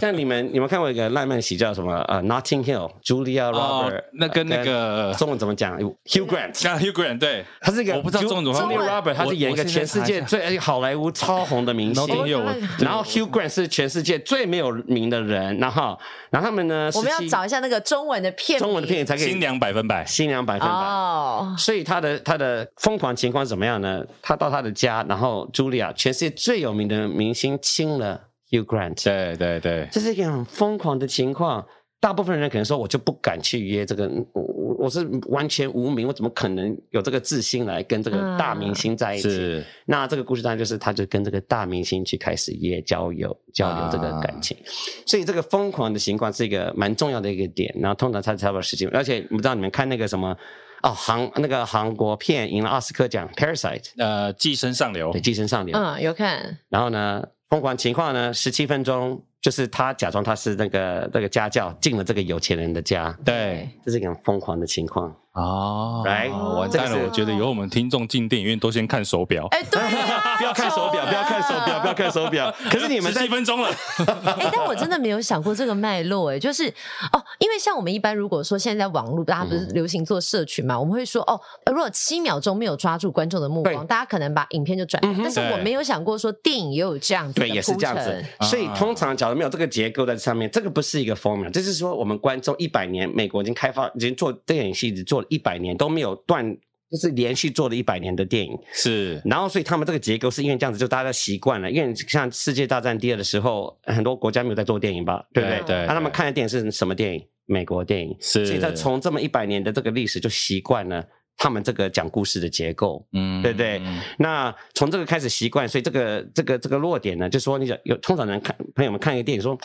Speaker 4: 像你们，你们看过一个浪漫喜剧叫什么？呃，Notting Hill，Julia
Speaker 1: 哦
Speaker 4: Roberts，呃
Speaker 1: 那跟那个
Speaker 4: 中文怎么讲？Hugh Grant，
Speaker 1: 像 Hugh Grant 对，
Speaker 4: 他是一个
Speaker 1: [LAUGHS] 我不知道中文怎么
Speaker 4: Julia
Speaker 1: 翻
Speaker 4: Roberts，他是演一个全世界最哎好莱坞超红的明
Speaker 1: Notting
Speaker 4: 星。
Speaker 1: Hill，我
Speaker 4: 然后 Hugh Grant 是全世界最没有名的人，然后，然后他们呢？
Speaker 2: 我们要
Speaker 4: 17
Speaker 2: 找一下那个中文的片名，
Speaker 4: 中文的片语才可以
Speaker 1: 新娘百分百，
Speaker 4: 新娘百分百。
Speaker 2: 哦，
Speaker 4: 所以他的他的疯狂情况是怎么样呢？他到他的家，然后茱莉亚，全世界最有名的明星亲了 Hugh Grant，
Speaker 1: 对对对，
Speaker 4: 这是一个很疯狂的情况。大部分人可能说，我就不敢去约这个，嗯我我我是完全无名，我怎么可能有这个自信来跟这个大明星在一起？
Speaker 1: 是
Speaker 4: 那这个故事当然就是，他就跟这个大明星去开始约交友，交流这个感情，所以这个疯狂的情况是一个蛮重要的一个点。然后通常他差不多十几分，而且我不知道你们看那个什么哦，韩那个韩国片赢了奥斯卡奖《Parasite》，
Speaker 1: 呃，寄生上流
Speaker 4: 对，，寄生上流。
Speaker 2: 嗯，有看，
Speaker 4: 然后呢，疯狂情况呢，十七分钟就是他假装他是那个那个家教进了这个有钱人的家，
Speaker 1: 对，
Speaker 4: 这是一个很疯狂的情况。
Speaker 1: 哦
Speaker 4: Right？
Speaker 1: 完蛋了！
Speaker 4: 这个是
Speaker 1: 我觉得以后我们听众进电影院都先看手表，
Speaker 2: 哎，对啊，
Speaker 4: [LAUGHS] 不要看手表，不要看手表，不要看
Speaker 1: [LAUGHS]
Speaker 4: 手表。可是你们在
Speaker 1: 七分
Speaker 4: [LAUGHS]
Speaker 1: 钟了，
Speaker 2: 哎、但我真的没有想过这个脉络、哎，就是哦，因为像我们一般，如果说现在网络大家
Speaker 4: 嗯
Speaker 2: 不是流行做社群嘛，我们会说哦，呃如果七秒钟没有抓住观众的目光，
Speaker 4: 对
Speaker 2: 大家可能把影片就转掉。
Speaker 4: 嗯哼
Speaker 2: 但是我没有想过说电影也有这样子的
Speaker 4: 对，也是这样
Speaker 2: 铺
Speaker 4: 子
Speaker 2: 陈。
Speaker 1: 啊
Speaker 4: 所以通常假如没有这个结构在上面，这个不是一个 formula，就是说我们观众一百年，美国已经开发已经做电影戏只做了一百年都没有断。就是连续做了一百年的电影，
Speaker 1: 是
Speaker 4: 然后所以他们这个结构是因为这样子，就大家习惯了。因为像世界大战第二的时候，很多国家没有在做电影吧，对不对？
Speaker 1: 对对
Speaker 4: 那他们看的电影是什么电影？美国电影。
Speaker 1: 是
Speaker 4: 所以在从这么一百年的这个历史，就习惯了他们这个讲故事的结构。
Speaker 1: 嗯
Speaker 4: 对不对那从这个开始习惯，所以这个这个这个落点呢，就说你想有通常人看朋友们看一个电影说，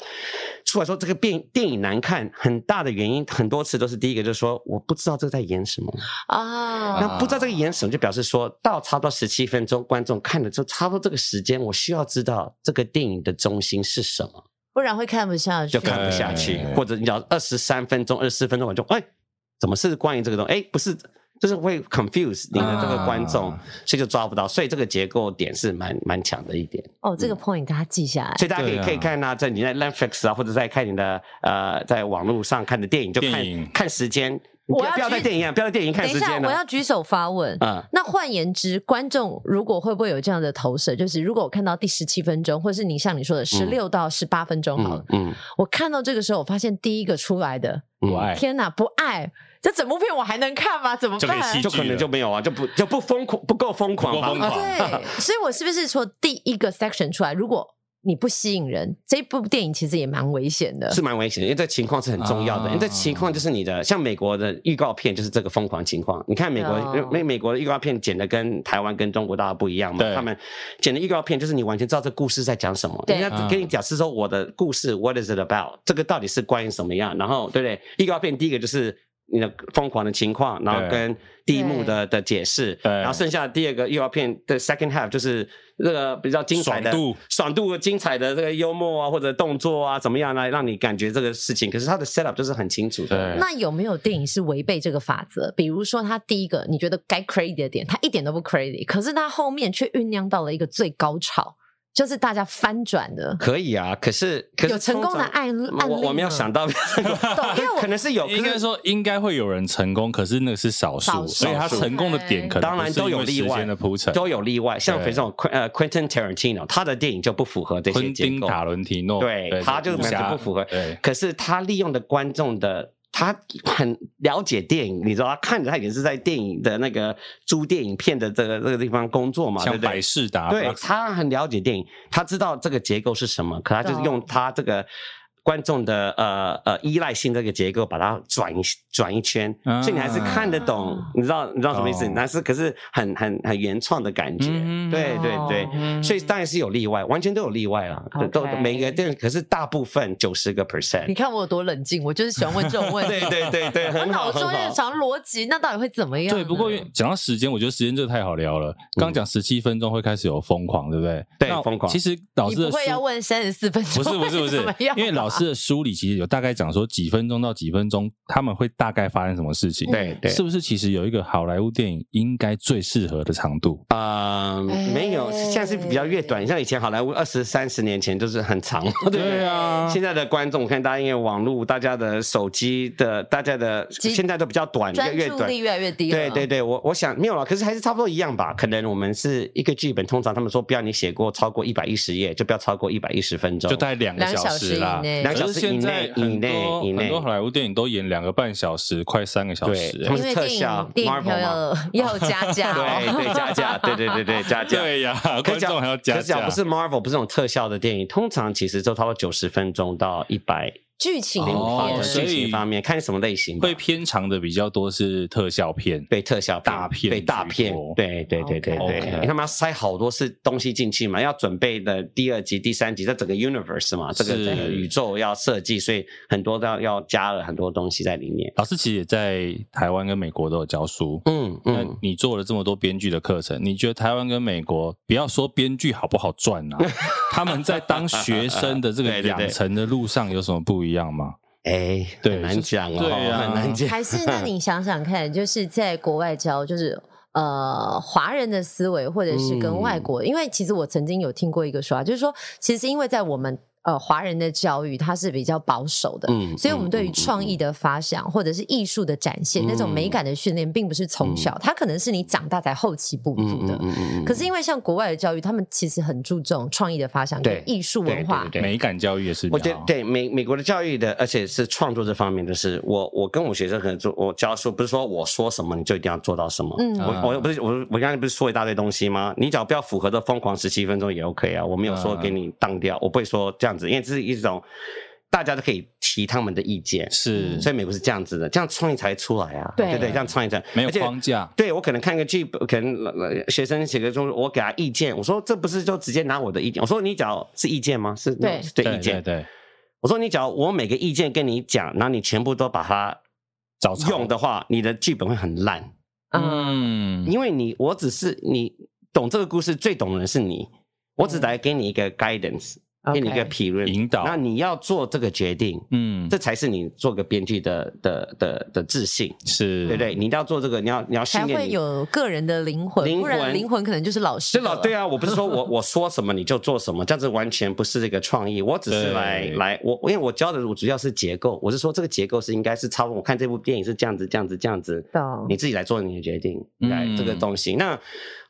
Speaker 4: 出来说这个电电影难看，很大的原因很多次都是第一个就是说我不知道这个在演什么，
Speaker 2: 啊，
Speaker 4: 那不知道这个演什么就表示说到差不多十七分钟，观众看了之后差不多这个时间，我需要知道这个电影的中心是什么，
Speaker 2: 不然会看不下去。
Speaker 4: 就看不下去
Speaker 1: 对，
Speaker 4: 或者你要二十三分钟、二十四分钟，我就哎怎么是关于这个东西？哎不是。就是会 confuse 你的这个观众，
Speaker 1: 啊
Speaker 4: 所以就抓不到，所以这个结构点是蛮蛮强的一点。
Speaker 2: 哦，这个 point 大家记下来。
Speaker 4: 所以大家可以、
Speaker 1: 对啊
Speaker 4: 可以看啊，在你在 Netflix 啊，或者在看你的呃，在网络上看的电影，就
Speaker 1: 电影
Speaker 4: 看看时间，你不
Speaker 2: 我
Speaker 4: 要
Speaker 2: 要
Speaker 4: 不要在
Speaker 2: 去
Speaker 4: 电影院，啊不要在电影院看
Speaker 2: 等一
Speaker 4: 时
Speaker 2: 下，
Speaker 4: 间
Speaker 2: 我
Speaker 4: 了
Speaker 2: 要。举手发问。
Speaker 4: 啊，
Speaker 2: 那换言之，观众如果会不会有这样的投射？就是如果我看到第十七分钟，或是你像你说的十六到十八分钟好了
Speaker 4: 嗯，嗯，
Speaker 2: 我看到这个时候，我发现第一个出来的，
Speaker 1: 我爱
Speaker 2: 天哪，不爱这整部片我还能看吗？怎么
Speaker 1: 就可以
Speaker 2: 办啊
Speaker 1: 吸？
Speaker 4: 就可能就没有啊，就不就不疯狂，不够疯狂
Speaker 1: 不够
Speaker 4: 吧？
Speaker 1: 疯狂
Speaker 2: 对，所以我是不是说第一个 section 出来，如果你不吸引人，这部电影其实也蛮危险的。
Speaker 4: 是蛮危险的，因为这情况是很重要的。
Speaker 1: 啊
Speaker 4: 因为这情况就是你的，像美国的预告片就是这个疯狂情况。你看美国，
Speaker 2: 哦
Speaker 1: 啊
Speaker 4: 因为美国的预告片剪的跟台湾跟中国大陆不一样嘛
Speaker 1: 对，
Speaker 4: 他们剪的预告片就是你完全知道这故事在讲什么，
Speaker 2: 对
Speaker 4: 人家跟你讲是说我的故事，What is it about？这个到底是关于什么样？然后对不对？预告片第一个就是。你的疯狂的情况，然后
Speaker 1: 对
Speaker 4: 跟第一幕的的解释，
Speaker 1: 对
Speaker 4: 然后剩下的第二个预告片的 second half 就是那个比较精彩的
Speaker 1: 爽度
Speaker 4: 爽度、精彩的这个幽默啊，或者动作啊，怎么样来让你感觉这个事情？可是它的 set up 就是很清楚的
Speaker 1: 对。
Speaker 2: 那有没有电影是违背这个法则？比如说，它第一个你觉得该 crazy 的点，它一点都不 crazy，可是它后面却酝酿到了一个最高潮，就是大家翻转的，
Speaker 4: 可以啊，可是可是
Speaker 2: 有成功的
Speaker 4: 通常
Speaker 2: 案案例
Speaker 4: 我我没有
Speaker 2: 吗
Speaker 4: 想到， [LAUGHS]
Speaker 2: 因为我
Speaker 4: 可能是有，可
Speaker 1: 应该
Speaker 4: 是
Speaker 1: 说应该会有人成功，可是那个是少
Speaker 2: 少
Speaker 1: 数，
Speaker 2: 数
Speaker 1: 所以他成功的点可能
Speaker 4: 哎当然都有
Speaker 1: 不是因
Speaker 4: 例
Speaker 1: 为时
Speaker 4: 外
Speaker 1: 间的铺陈。
Speaker 4: 都有例外，像比如这种呃 Quentin Tarantino，他的电影就不符合这些
Speaker 1: 昆
Speaker 4: 结
Speaker 1: 汀
Speaker 4: 构。
Speaker 1: 塔伦提诺，
Speaker 4: 对他就是
Speaker 1: 武侠
Speaker 4: 不符合
Speaker 1: 对，
Speaker 4: 可是他利用的观众的，他很了解电影，你知道，他看着他也是在电影的那个租电影片的这个这个地方工作嘛，对
Speaker 1: 像
Speaker 4: 不对
Speaker 1: 百？
Speaker 4: 啊
Speaker 1: 事达，
Speaker 4: 对他很了解电影，他知道这个结构是什么，可他就是
Speaker 2: 懂
Speaker 4: 用他这个观众的呃呃依赖性这个结构把它转一转一圈，
Speaker 1: 啊
Speaker 4: 所以你还是看得懂，你知道你知道什么意思？
Speaker 1: 懂
Speaker 4: 但是可是很很很原创的感觉，
Speaker 1: 嗯
Speaker 4: 对对对。
Speaker 1: 嗯
Speaker 4: 所以当然是有例外，完全都有例外啦，都都
Speaker 2: OK
Speaker 4: 每个但可是大部分九十个
Speaker 2: 你
Speaker 4: percent，
Speaker 2: 看我有多冷静，我就是喜欢问这种问
Speaker 4: [LAUGHS] 对
Speaker 2: 题。
Speaker 4: 对对对，
Speaker 2: 我
Speaker 4: 很好
Speaker 2: 脑
Speaker 4: 很
Speaker 2: 中有
Speaker 4: 好。
Speaker 2: 长逻辑，那到底会怎么样呢？
Speaker 1: 对，不过讲到时间，我觉得时间真的太好聊了。刚讲十七分钟会开始有疯狂，对不对？
Speaker 4: 嗯对
Speaker 1: 那
Speaker 4: 疯狂
Speaker 1: 其实老
Speaker 2: 你
Speaker 1: 师的
Speaker 2: 不会
Speaker 1: 书
Speaker 2: 要问三十四分
Speaker 1: 不
Speaker 2: 钟
Speaker 1: 是不是不是
Speaker 2: 会怎么样，吧
Speaker 1: 因为老师的书里其实有大概讲说几分钟到几分钟他们会大概发生什么事
Speaker 2: 嗯
Speaker 1: 情。
Speaker 4: 对对
Speaker 1: 是不是其实有一个好莱坞电影应该最适合的长度？
Speaker 4: 啊、没有，
Speaker 2: 哎
Speaker 4: 现在是比较越短，像以前好莱坞二十三十年前就是很长，对不对？
Speaker 1: 啊
Speaker 4: 现在的观众，我看大家因为网络、大家的手机的、大家的
Speaker 2: 其
Speaker 4: 现在都比较短，越
Speaker 2: 专
Speaker 4: 越
Speaker 2: 注
Speaker 4: 短
Speaker 2: 力。越来越低了。
Speaker 4: 对对对，我我想没有了，可是还是差不多一样吧。可能我们是一个剧本，通常他们说不要你写过超过一百一十页，就不要超过一百一十分钟。
Speaker 1: 就大概两个
Speaker 2: 两
Speaker 1: 小
Speaker 2: 小时
Speaker 1: 时啦，
Speaker 2: 以内
Speaker 4: 两小时
Speaker 1: 可是现在
Speaker 4: 以内以内
Speaker 1: 很多
Speaker 4: 以内
Speaker 1: 很多好莱坞电影都演两个半小时，快三个小时、
Speaker 4: 对
Speaker 1: 欸
Speaker 4: 不
Speaker 2: 因
Speaker 4: 是
Speaker 2: 为
Speaker 4: 特
Speaker 2: 电
Speaker 4: 效
Speaker 2: 影电影
Speaker 4: Marvel
Speaker 2: 票要要加价哦，
Speaker 4: 对对加
Speaker 2: [LAUGHS]
Speaker 4: 价，对对对对加价。
Speaker 1: 对呀、
Speaker 4: 可
Speaker 1: 观
Speaker 4: 是只要
Speaker 1: 众还要
Speaker 4: 可
Speaker 1: 加
Speaker 4: 是只要
Speaker 1: 价，
Speaker 4: 不是 Marvel，不是那种特效的电影，通常其实都差不多九十分钟到一百
Speaker 2: 剧情
Speaker 4: 零五
Speaker 1: 哦
Speaker 4: 方
Speaker 2: 片
Speaker 4: 面，
Speaker 1: 所
Speaker 4: 剧
Speaker 1: 以
Speaker 4: 情方面看什么类型吧
Speaker 1: 会偏长的比较多是特效片，
Speaker 4: 被特效
Speaker 1: 大片
Speaker 4: 被大
Speaker 1: 居
Speaker 4: 片
Speaker 1: 多，
Speaker 4: 对对对对
Speaker 1: OK
Speaker 4: 对，因为他们要塞好多是东西进去嘛，要准备的第二集、第三集，这整个 universe 嘛，这个
Speaker 1: 是
Speaker 4: 整个宇宙要设计，所以很多都要要加了很多东西在里面。
Speaker 1: 老师其实也在台湾跟美国都有教书。
Speaker 4: 嗯
Speaker 1: 那
Speaker 4: 嗯，
Speaker 1: 你做了这么多编剧的课程，你觉得台湾跟美国，不要说编剧好不好赚啊，他们在当学生的这个
Speaker 4: [LAUGHS] 对对对
Speaker 1: 养成的路上有什么不一样吗？
Speaker 4: 哎，
Speaker 1: 对就
Speaker 4: 很难
Speaker 1: 是
Speaker 4: 讲哦，
Speaker 1: 对啊
Speaker 4: 很难讲。
Speaker 2: 还是那你想想看，就是在国外教，就是呃华人的思维，或者是跟
Speaker 4: 嗯
Speaker 2: 外国，因为其实我曾经有听过一个说法，就是说其实是因为在我们。呃，华人的教育它是比较保守的，
Speaker 4: 嗯
Speaker 2: 所以我们对于
Speaker 4: 嗯嗯嗯
Speaker 2: 创意的发想、或者是艺术的展现、那种美感的训练，并不是从小，它可能是你长大才后期补足的。
Speaker 4: 嗯
Speaker 2: 可是因为像国外的教育，他们其实很注重创意的发想、
Speaker 4: 对
Speaker 2: 跟艺术文化，
Speaker 4: 对
Speaker 1: 美感教育也是比
Speaker 4: 我觉
Speaker 1: 较
Speaker 4: 得对美美国的教育的，而且是创作这方面的是，我我跟我学生可能做我教书，不是说我说什么你就一定要做到什么。
Speaker 2: 嗯
Speaker 4: 我我不是我我刚才不是说一大堆东西吗？你只要不要符合这疯狂十七分钟也 OK 啊，我没有说给你当
Speaker 1: 嗯
Speaker 4: 掉，我不会说这样子，因为这是一种大家都可以提他们的意见，
Speaker 1: 是
Speaker 4: 所以美国是这样子的，这样创意才出来啊，
Speaker 2: 对
Speaker 4: 对对，这样创意才
Speaker 1: 没有
Speaker 4: 而且
Speaker 1: 框架
Speaker 4: 对我可能看个剧本，可能呃学生写个中，我给他意见，我说这不是就直接拿我的意见，我说你只要是意见吗？是
Speaker 2: 对
Speaker 4: 是对意
Speaker 1: 对
Speaker 4: 见，
Speaker 1: 对，
Speaker 4: 我说你只要我每个意见跟你讲，然后你全部都把它
Speaker 1: 早操
Speaker 4: 用的话，你的剧本会很烂，
Speaker 1: 嗯，
Speaker 4: 因为你我只是你懂这个故事最懂的人是你，我只来给你一个 guidance，、给你一个
Speaker 2: 嗯 OK
Speaker 4: 评论
Speaker 1: 引导
Speaker 4: 那你要做这个决定，
Speaker 1: 嗯
Speaker 4: 这才是你做个编剧的的的的自信，
Speaker 1: 是
Speaker 4: 对不对？
Speaker 1: 嗯
Speaker 4: 你一定要做这个，你要你要
Speaker 2: 才
Speaker 4: 训练
Speaker 2: 会
Speaker 4: 你。
Speaker 2: 有个人的灵魂，
Speaker 4: 灵
Speaker 2: 不然
Speaker 4: 魂
Speaker 2: 灵魂可能就是老师
Speaker 4: 这
Speaker 2: 的
Speaker 4: 老
Speaker 2: 了
Speaker 4: 对啊，我不是说我我说什么你就做什么，这样子完全不是这个创意。我只是
Speaker 1: 对
Speaker 4: 来来我，因为我教的我主要是结构，我是说这个结构是应该是超。我看这部电影是这样子，这样子，这样子，
Speaker 2: 懂
Speaker 4: 你自己来做你的决定，
Speaker 1: 嗯
Speaker 4: 来这个东西。那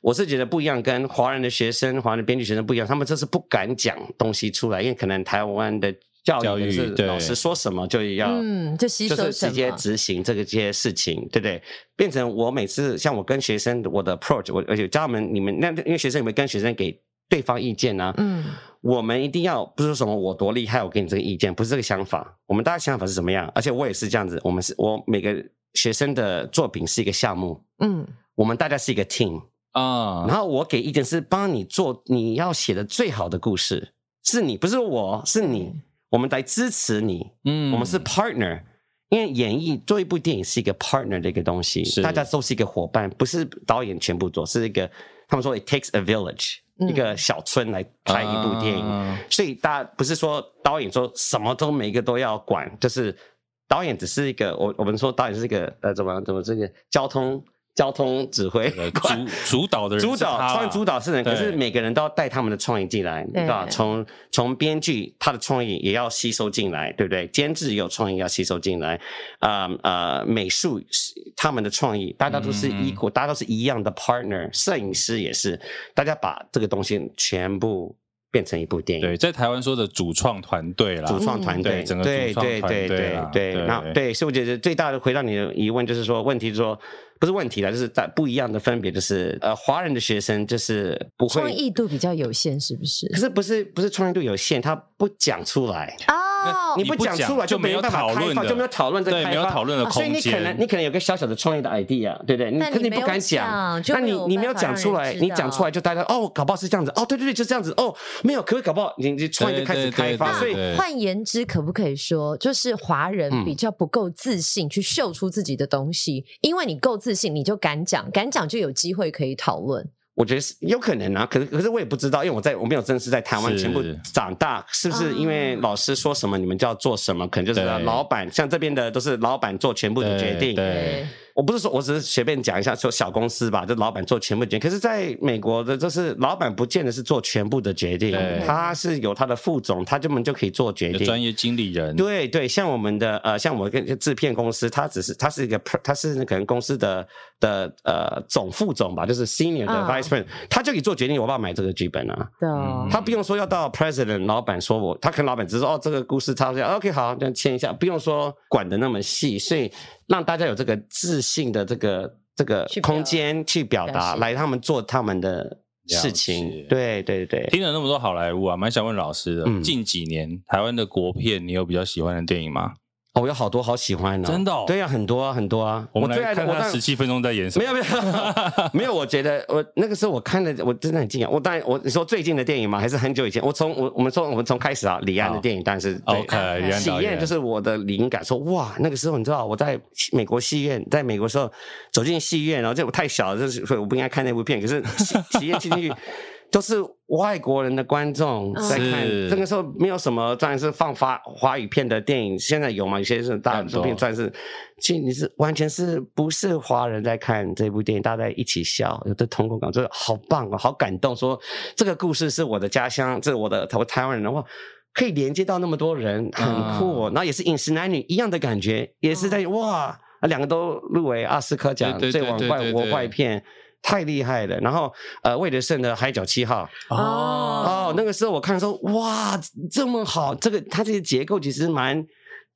Speaker 4: 我是觉得不一样，跟华人的学生、华人的编剧学生不一样，他们这是不敢讲东西出来，因为可能台湾的教
Speaker 1: 教育
Speaker 4: 育是
Speaker 1: 对
Speaker 4: 老师说什么就要。
Speaker 2: 嗯，就吸
Speaker 4: 就
Speaker 2: 收
Speaker 4: 是
Speaker 2: 什
Speaker 4: 直接
Speaker 2: 么？
Speaker 4: 执行这个这些事情，对不对？变成我每次像我跟学生我的 approach，我而且教他们你们那因为学生有没有跟学生给对方意见呢、
Speaker 2: 嗯，
Speaker 4: 我们一定要不是说什么我多厉害，我给你这个意见，不是这个想法。我们大家想法是怎么样？而且我也是这样子，我们是我每个学生的作品是一个项目，
Speaker 2: 嗯，
Speaker 4: 我们大家是一个 team，
Speaker 1: 啊，
Speaker 4: 然后我给意见是帮你做你要写的最好的故事，是你不是我是你，
Speaker 2: 嗯
Speaker 4: 我们来支持你。
Speaker 1: 嗯
Speaker 4: 我们是 partner，因为演绎做一部电影是一个 partner 的一个东西
Speaker 1: 是，
Speaker 4: 大家都是一个伙伴，不是导演全部做，是一个他们说 it takes a village，、
Speaker 2: 嗯
Speaker 4: 一个小村来拍一部电影，
Speaker 1: 啊
Speaker 4: 所以大家不是说导演说什么都每一个都要管，就是导演只是一个我我们说导演是一个呃怎么怎么这个交通交通指挥 [LAUGHS]
Speaker 1: 呃
Speaker 4: 官
Speaker 1: 主主导的人
Speaker 4: 主
Speaker 1: 是
Speaker 4: 导
Speaker 1: 他啦
Speaker 4: 创意主导是人，
Speaker 1: 对
Speaker 4: 可是每个人都要带他们的创意进来，
Speaker 2: 对
Speaker 4: 对吧？从从编剧他的创意也要吸收进来，对不对？监制也有创意要吸收进来，啊、呃，美术是他们的创意，大家都是
Speaker 1: 嗯
Speaker 4: 一国，大家都是一样的 partner，摄影师也是，大家把这个东西全部变成一部电影。
Speaker 1: 对，在台湾说的主创团队啦，
Speaker 4: 主创团
Speaker 1: 嗯对
Speaker 4: 队，
Speaker 1: 整个
Speaker 4: 对
Speaker 1: 主创
Speaker 4: 对
Speaker 1: 团队
Speaker 4: 对
Speaker 1: 啦
Speaker 4: 对
Speaker 1: 对
Speaker 4: 对，那对，所以我觉得最大的回答你的疑问就是说，问题就是说不是问题了，就是在不一样的分别，就是呃，华人的学生就是不
Speaker 2: 创
Speaker 4: 会，
Speaker 2: 意度比较有限，是不是
Speaker 4: 可？是不是不是创意度有限，他不讲出来，
Speaker 2: 啊，哦
Speaker 4: 你不讲出来
Speaker 1: 就
Speaker 4: 没
Speaker 1: 有
Speaker 4: 办法
Speaker 1: 讨
Speaker 4: 开
Speaker 1: 论
Speaker 4: 发，
Speaker 1: 的，
Speaker 4: 就没有讨论这个
Speaker 1: 对，
Speaker 4: 开
Speaker 1: 没有
Speaker 4: 发
Speaker 1: 讨论的
Speaker 4: 啊所以
Speaker 1: 空
Speaker 4: 你可能你
Speaker 1: 间。
Speaker 4: 可能有个小小的创业的 idea，对不对？你
Speaker 2: 但
Speaker 4: 可是
Speaker 2: 你
Speaker 4: 你
Speaker 2: 没
Speaker 4: 不
Speaker 2: 有
Speaker 4: 敢
Speaker 2: 讲就
Speaker 4: 那
Speaker 2: 没
Speaker 4: 你
Speaker 2: 有
Speaker 4: 你没有
Speaker 2: 办法
Speaker 4: 讲
Speaker 2: 让
Speaker 4: 出
Speaker 2: 人
Speaker 4: 来，
Speaker 2: 知
Speaker 4: 你讲出来就大家哦，搞不好是这样子哦，对对对，就这样子哦，没有，可是搞不好你你创业就开始
Speaker 1: 对对
Speaker 4: 开发，
Speaker 1: 对
Speaker 4: 所以
Speaker 1: 对
Speaker 2: 换言之，可不可以说，就是华人
Speaker 4: 嗯
Speaker 2: 比较不够自信去秀出自己的东西？因为你够自信，你就敢讲，敢讲就有机会可以讨论。
Speaker 4: 我觉得是有可能啊，可是可是我也不知道，因为我在我没有正式在台湾
Speaker 1: 是
Speaker 4: 全部长大，是不是因为
Speaker 2: 啊
Speaker 4: 老师说什么你们就要做什么？可能就是
Speaker 1: 对
Speaker 4: 老板，像这边的都是老板做全部的决
Speaker 1: 对
Speaker 4: 定。
Speaker 1: 对，
Speaker 4: 我不是说我只是随便讲一下说小公司吧，就老板做全部决定。可是在美国的，就是老板不见得是做全部的决定
Speaker 1: 对，
Speaker 4: 他是有他的副总，他根本就可以做决
Speaker 1: 有
Speaker 4: 定。
Speaker 1: 专业经理人，
Speaker 4: 对对，像我们的呃，像我跟制片公司，它只是它是一个 pr- 它是那可能公司的的呃总副总吧，就是 senior 的
Speaker 1: 啊
Speaker 2: 嗯
Speaker 4: vice president，、他就可以做决定，我要不要买这个剧本啊？
Speaker 2: 对
Speaker 1: 嗯
Speaker 4: 他不用说要到 president 老板说我，他可能老板只是说哦这个故事他这样 OK 好，这样签一下，不用说管的那么细，所以让大家有这个自信的这个这个
Speaker 2: 去表
Speaker 4: 空间去表
Speaker 2: 表
Speaker 4: 达，
Speaker 2: 现
Speaker 4: 来他们做他们的事情
Speaker 1: 解。
Speaker 4: 对对对，
Speaker 1: 听了那么多好莱坞啊，蛮想问老师的，
Speaker 4: 嗯
Speaker 1: 近几年台湾的国片，你有比较喜欢的电影吗？
Speaker 4: 哦，我有好多好喜欢哦，
Speaker 1: 真的哦
Speaker 4: 对呀、很多啊很多啊，
Speaker 1: 我们
Speaker 4: 最爱
Speaker 1: 来
Speaker 4: 的
Speaker 1: 看
Speaker 4: 我
Speaker 1: 他
Speaker 4: 当
Speaker 1: 十七分钟在演什么。[LAUGHS]
Speaker 4: 没有没有没有，我觉得我那个时候我看了，我真的很惊讶。我当然我你说最近的电影吗？还是很久以前？我从我我们从我们从开始啊，李安的电影当然是对
Speaker 1: OK，李安
Speaker 4: 喜
Speaker 1: 导
Speaker 4: 宴
Speaker 1: 演
Speaker 4: 就是我的灵感，说哇，那个时候你知道我在美国戏院，在美国时候走进戏院，然后这我太小了，就是所以我不应该看那部片。可是喜 [LAUGHS] 喜宴进去都是外国人的观众
Speaker 2: 嗯
Speaker 4: 在看，
Speaker 1: 是
Speaker 4: 这个时候没有什么，当然是放华华语片的电影，现在有吗？有些是大
Speaker 1: 很
Speaker 4: 陆
Speaker 1: 多
Speaker 4: 片算是，其实你是完全是不是华人在看这部电影，大家在一起笑，有的同感感，就是好棒哦，好感动，说这个故事是我的家乡，这是我的我台湾人的话。哇可以连接到那么多人，很
Speaker 1: 啊
Speaker 4: 酷、哦。然后也是饮食男女一样的感觉，也是在、哇，两个都入围奥斯卡奖
Speaker 1: 嗯对对
Speaker 4: 最往
Speaker 1: 对对
Speaker 4: 外
Speaker 1: 对
Speaker 4: 国
Speaker 1: 对
Speaker 4: 外片，太厉害了。然后呃，魏德胜的《海角七号》
Speaker 2: 哦
Speaker 4: 哦，那个时候我看说哇，这么好，这个它这个结构其实蛮。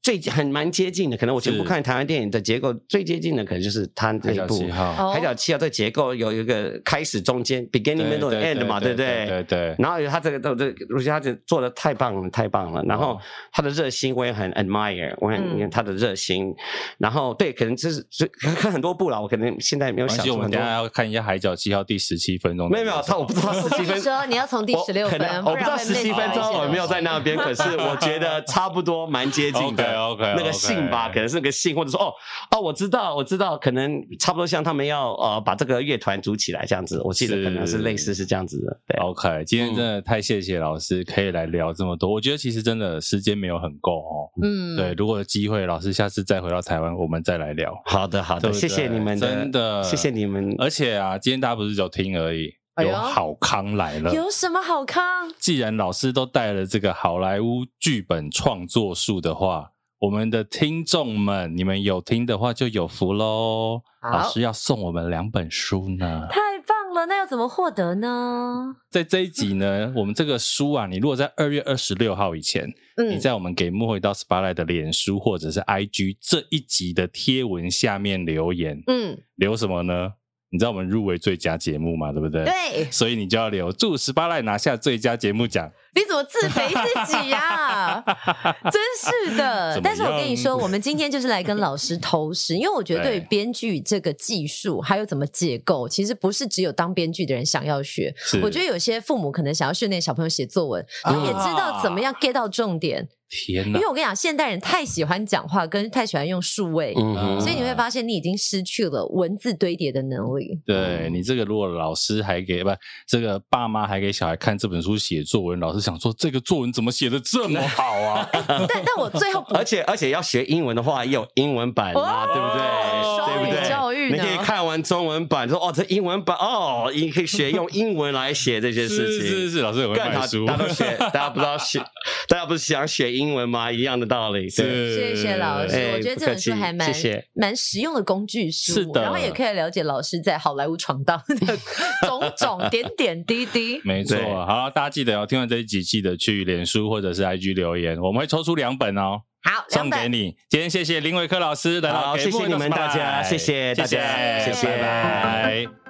Speaker 4: 最很蛮接近的，可能我全部
Speaker 1: 是
Speaker 4: 看台湾电影的结构最接近的，可能就是它这
Speaker 1: 海
Speaker 4: 一
Speaker 1: 角
Speaker 4: 部哦
Speaker 1: 七号，
Speaker 2: 哦
Speaker 4: 海角七号》这个结构有一个开始、中间 （beginning、middle、end） 嘛，对不对？
Speaker 1: 对对，
Speaker 4: 然后他这个，这这，我觉得他这做的太棒了，太棒了。然
Speaker 1: 哦
Speaker 4: 后他的热心我也很 admire，我很、
Speaker 2: 嗯
Speaker 4: 他的热心。然后对，可能就是就看很多部了，我可能现在没有
Speaker 1: 而
Speaker 4: 想
Speaker 1: 且我们
Speaker 4: 出很多
Speaker 1: 等一。下要看一下《海角七号》第十七分钟。
Speaker 4: 没有没有，他我不知道十七
Speaker 2: 我跟
Speaker 4: 分
Speaker 2: [LAUGHS] 你。说，你要从第
Speaker 4: 我
Speaker 2: 十六
Speaker 4: 可
Speaker 2: 分
Speaker 4: 能，我不知道十七分钟
Speaker 1: 一些
Speaker 4: 我没有在那边，可是我觉得差不多蛮接
Speaker 1: [LAUGHS]
Speaker 4: 近
Speaker 1: OK，OK，OK
Speaker 4: 的。那个信吧，可能是个信，或者说哦哦，我知道我知道，可能差不多像他们要呃把这个乐团组起来这样子，我记得
Speaker 1: 是
Speaker 4: 可能是类似是这样子的。对，
Speaker 1: OK，今
Speaker 4: 嗯
Speaker 1: 天真的太谢谢老师，可以来聊这么多。我觉得其实真的时间没有很够哦。
Speaker 2: 嗯，
Speaker 1: 对，，如果有机会，老师下次再回到台湾，我们再来聊。
Speaker 4: 好的好
Speaker 1: 对
Speaker 4: 的，
Speaker 1: 不对
Speaker 4: 谢谢你们的，
Speaker 1: 真的
Speaker 4: 谢谢你们。
Speaker 1: 而且啊，今天大家不是只有听而已，
Speaker 2: 哎呦
Speaker 1: 有好康来了。
Speaker 2: 有什么好康？
Speaker 1: 既然老师都带了这个好莱坞剧本创作术的话，我们的听众们，你们有听的话就有福喽。
Speaker 2: 好
Speaker 1: 老师要送我们两本书呢。
Speaker 2: [LAUGHS] 太棒了！那要怎么获得呢？
Speaker 1: 在这一集呢，我们这个书啊，你如果在二月二十六号以前，你
Speaker 2: 嗯，
Speaker 1: 在我们给幕后一道 spotlight 的脸书或者是 IG 这一集的贴文下面留言，
Speaker 2: 嗯，
Speaker 1: 留什么呢？你知道我们入围最佳节目嘛？对不对？。
Speaker 2: 对，
Speaker 1: 所以你就要留祝 spotlight 拿下最佳节目奖。
Speaker 2: 你怎么自肥自己呀、 [LAUGHS] 真是的
Speaker 1: [LAUGHS] 怎么样，
Speaker 2: 但是我跟你说，我们今天就是来跟老师偷师，因为我觉得对于编剧这个技术，还有怎么解构，其实不是只有当编剧的人想要学。
Speaker 1: 是啊
Speaker 2: 我觉得有些父母可能想要训练小朋友写作文，他们也知道怎么样 get 到重点。
Speaker 1: 天
Speaker 2: 因
Speaker 1: 哪
Speaker 2: 为！我跟你讲，现代人太喜欢讲话，跟太喜欢用数位，
Speaker 4: 嗯哼
Speaker 2: 所以你会发现你已经失去了文字堆叠的能力。
Speaker 1: 对你这个，如果老师还给不这个爸妈还给小孩看这本书写作文，老师想说这个作文怎么写的这么好
Speaker 4: [LAUGHS]
Speaker 1: 啊？
Speaker 2: 但但我最后补
Speaker 4: 而且而且要学英文的话，也有英文版啦，
Speaker 2: 哦
Speaker 4: 对不
Speaker 2: 双
Speaker 4: 对？
Speaker 2: 语
Speaker 4: 对不对？
Speaker 2: 教育呢
Speaker 4: 你可以看完中文版，说哦，这英文版哦，你可以学用英文来写这些事
Speaker 1: 是
Speaker 4: 情。
Speaker 1: 是是，老师很会
Speaker 4: 更好
Speaker 1: 卖，书，
Speaker 4: 大家都学，大家不知道学，大家不是想学英文吗？一样的道理。对，
Speaker 1: 是
Speaker 2: 谢谢老师，
Speaker 4: 哎
Speaker 2: 我觉得这本书还蛮
Speaker 4: 不客气谢谢
Speaker 2: 蛮实用的工具书，
Speaker 1: 是的
Speaker 2: 然后也可以了解老师在好莱坞闯荡的 [LAUGHS] 种种点点滴
Speaker 4: [LAUGHS]
Speaker 2: 滴。
Speaker 4: 嗯
Speaker 1: 没错，
Speaker 4: 对
Speaker 1: 好，大家记得哦，听完这一集记得去脸书或者是 IG 留言，我们会抽出两本哦，
Speaker 2: 好，
Speaker 1: 送
Speaker 2: 两本
Speaker 1: 给你。今天谢谢林伟科老师来到
Speaker 4: 好
Speaker 1: 给
Speaker 4: 谢谢
Speaker 1: 莫
Speaker 4: 你们
Speaker 1: 的 Spotlight
Speaker 4: 大家谢谢大家
Speaker 1: 谢
Speaker 4: 谢谢
Speaker 1: 拜拜。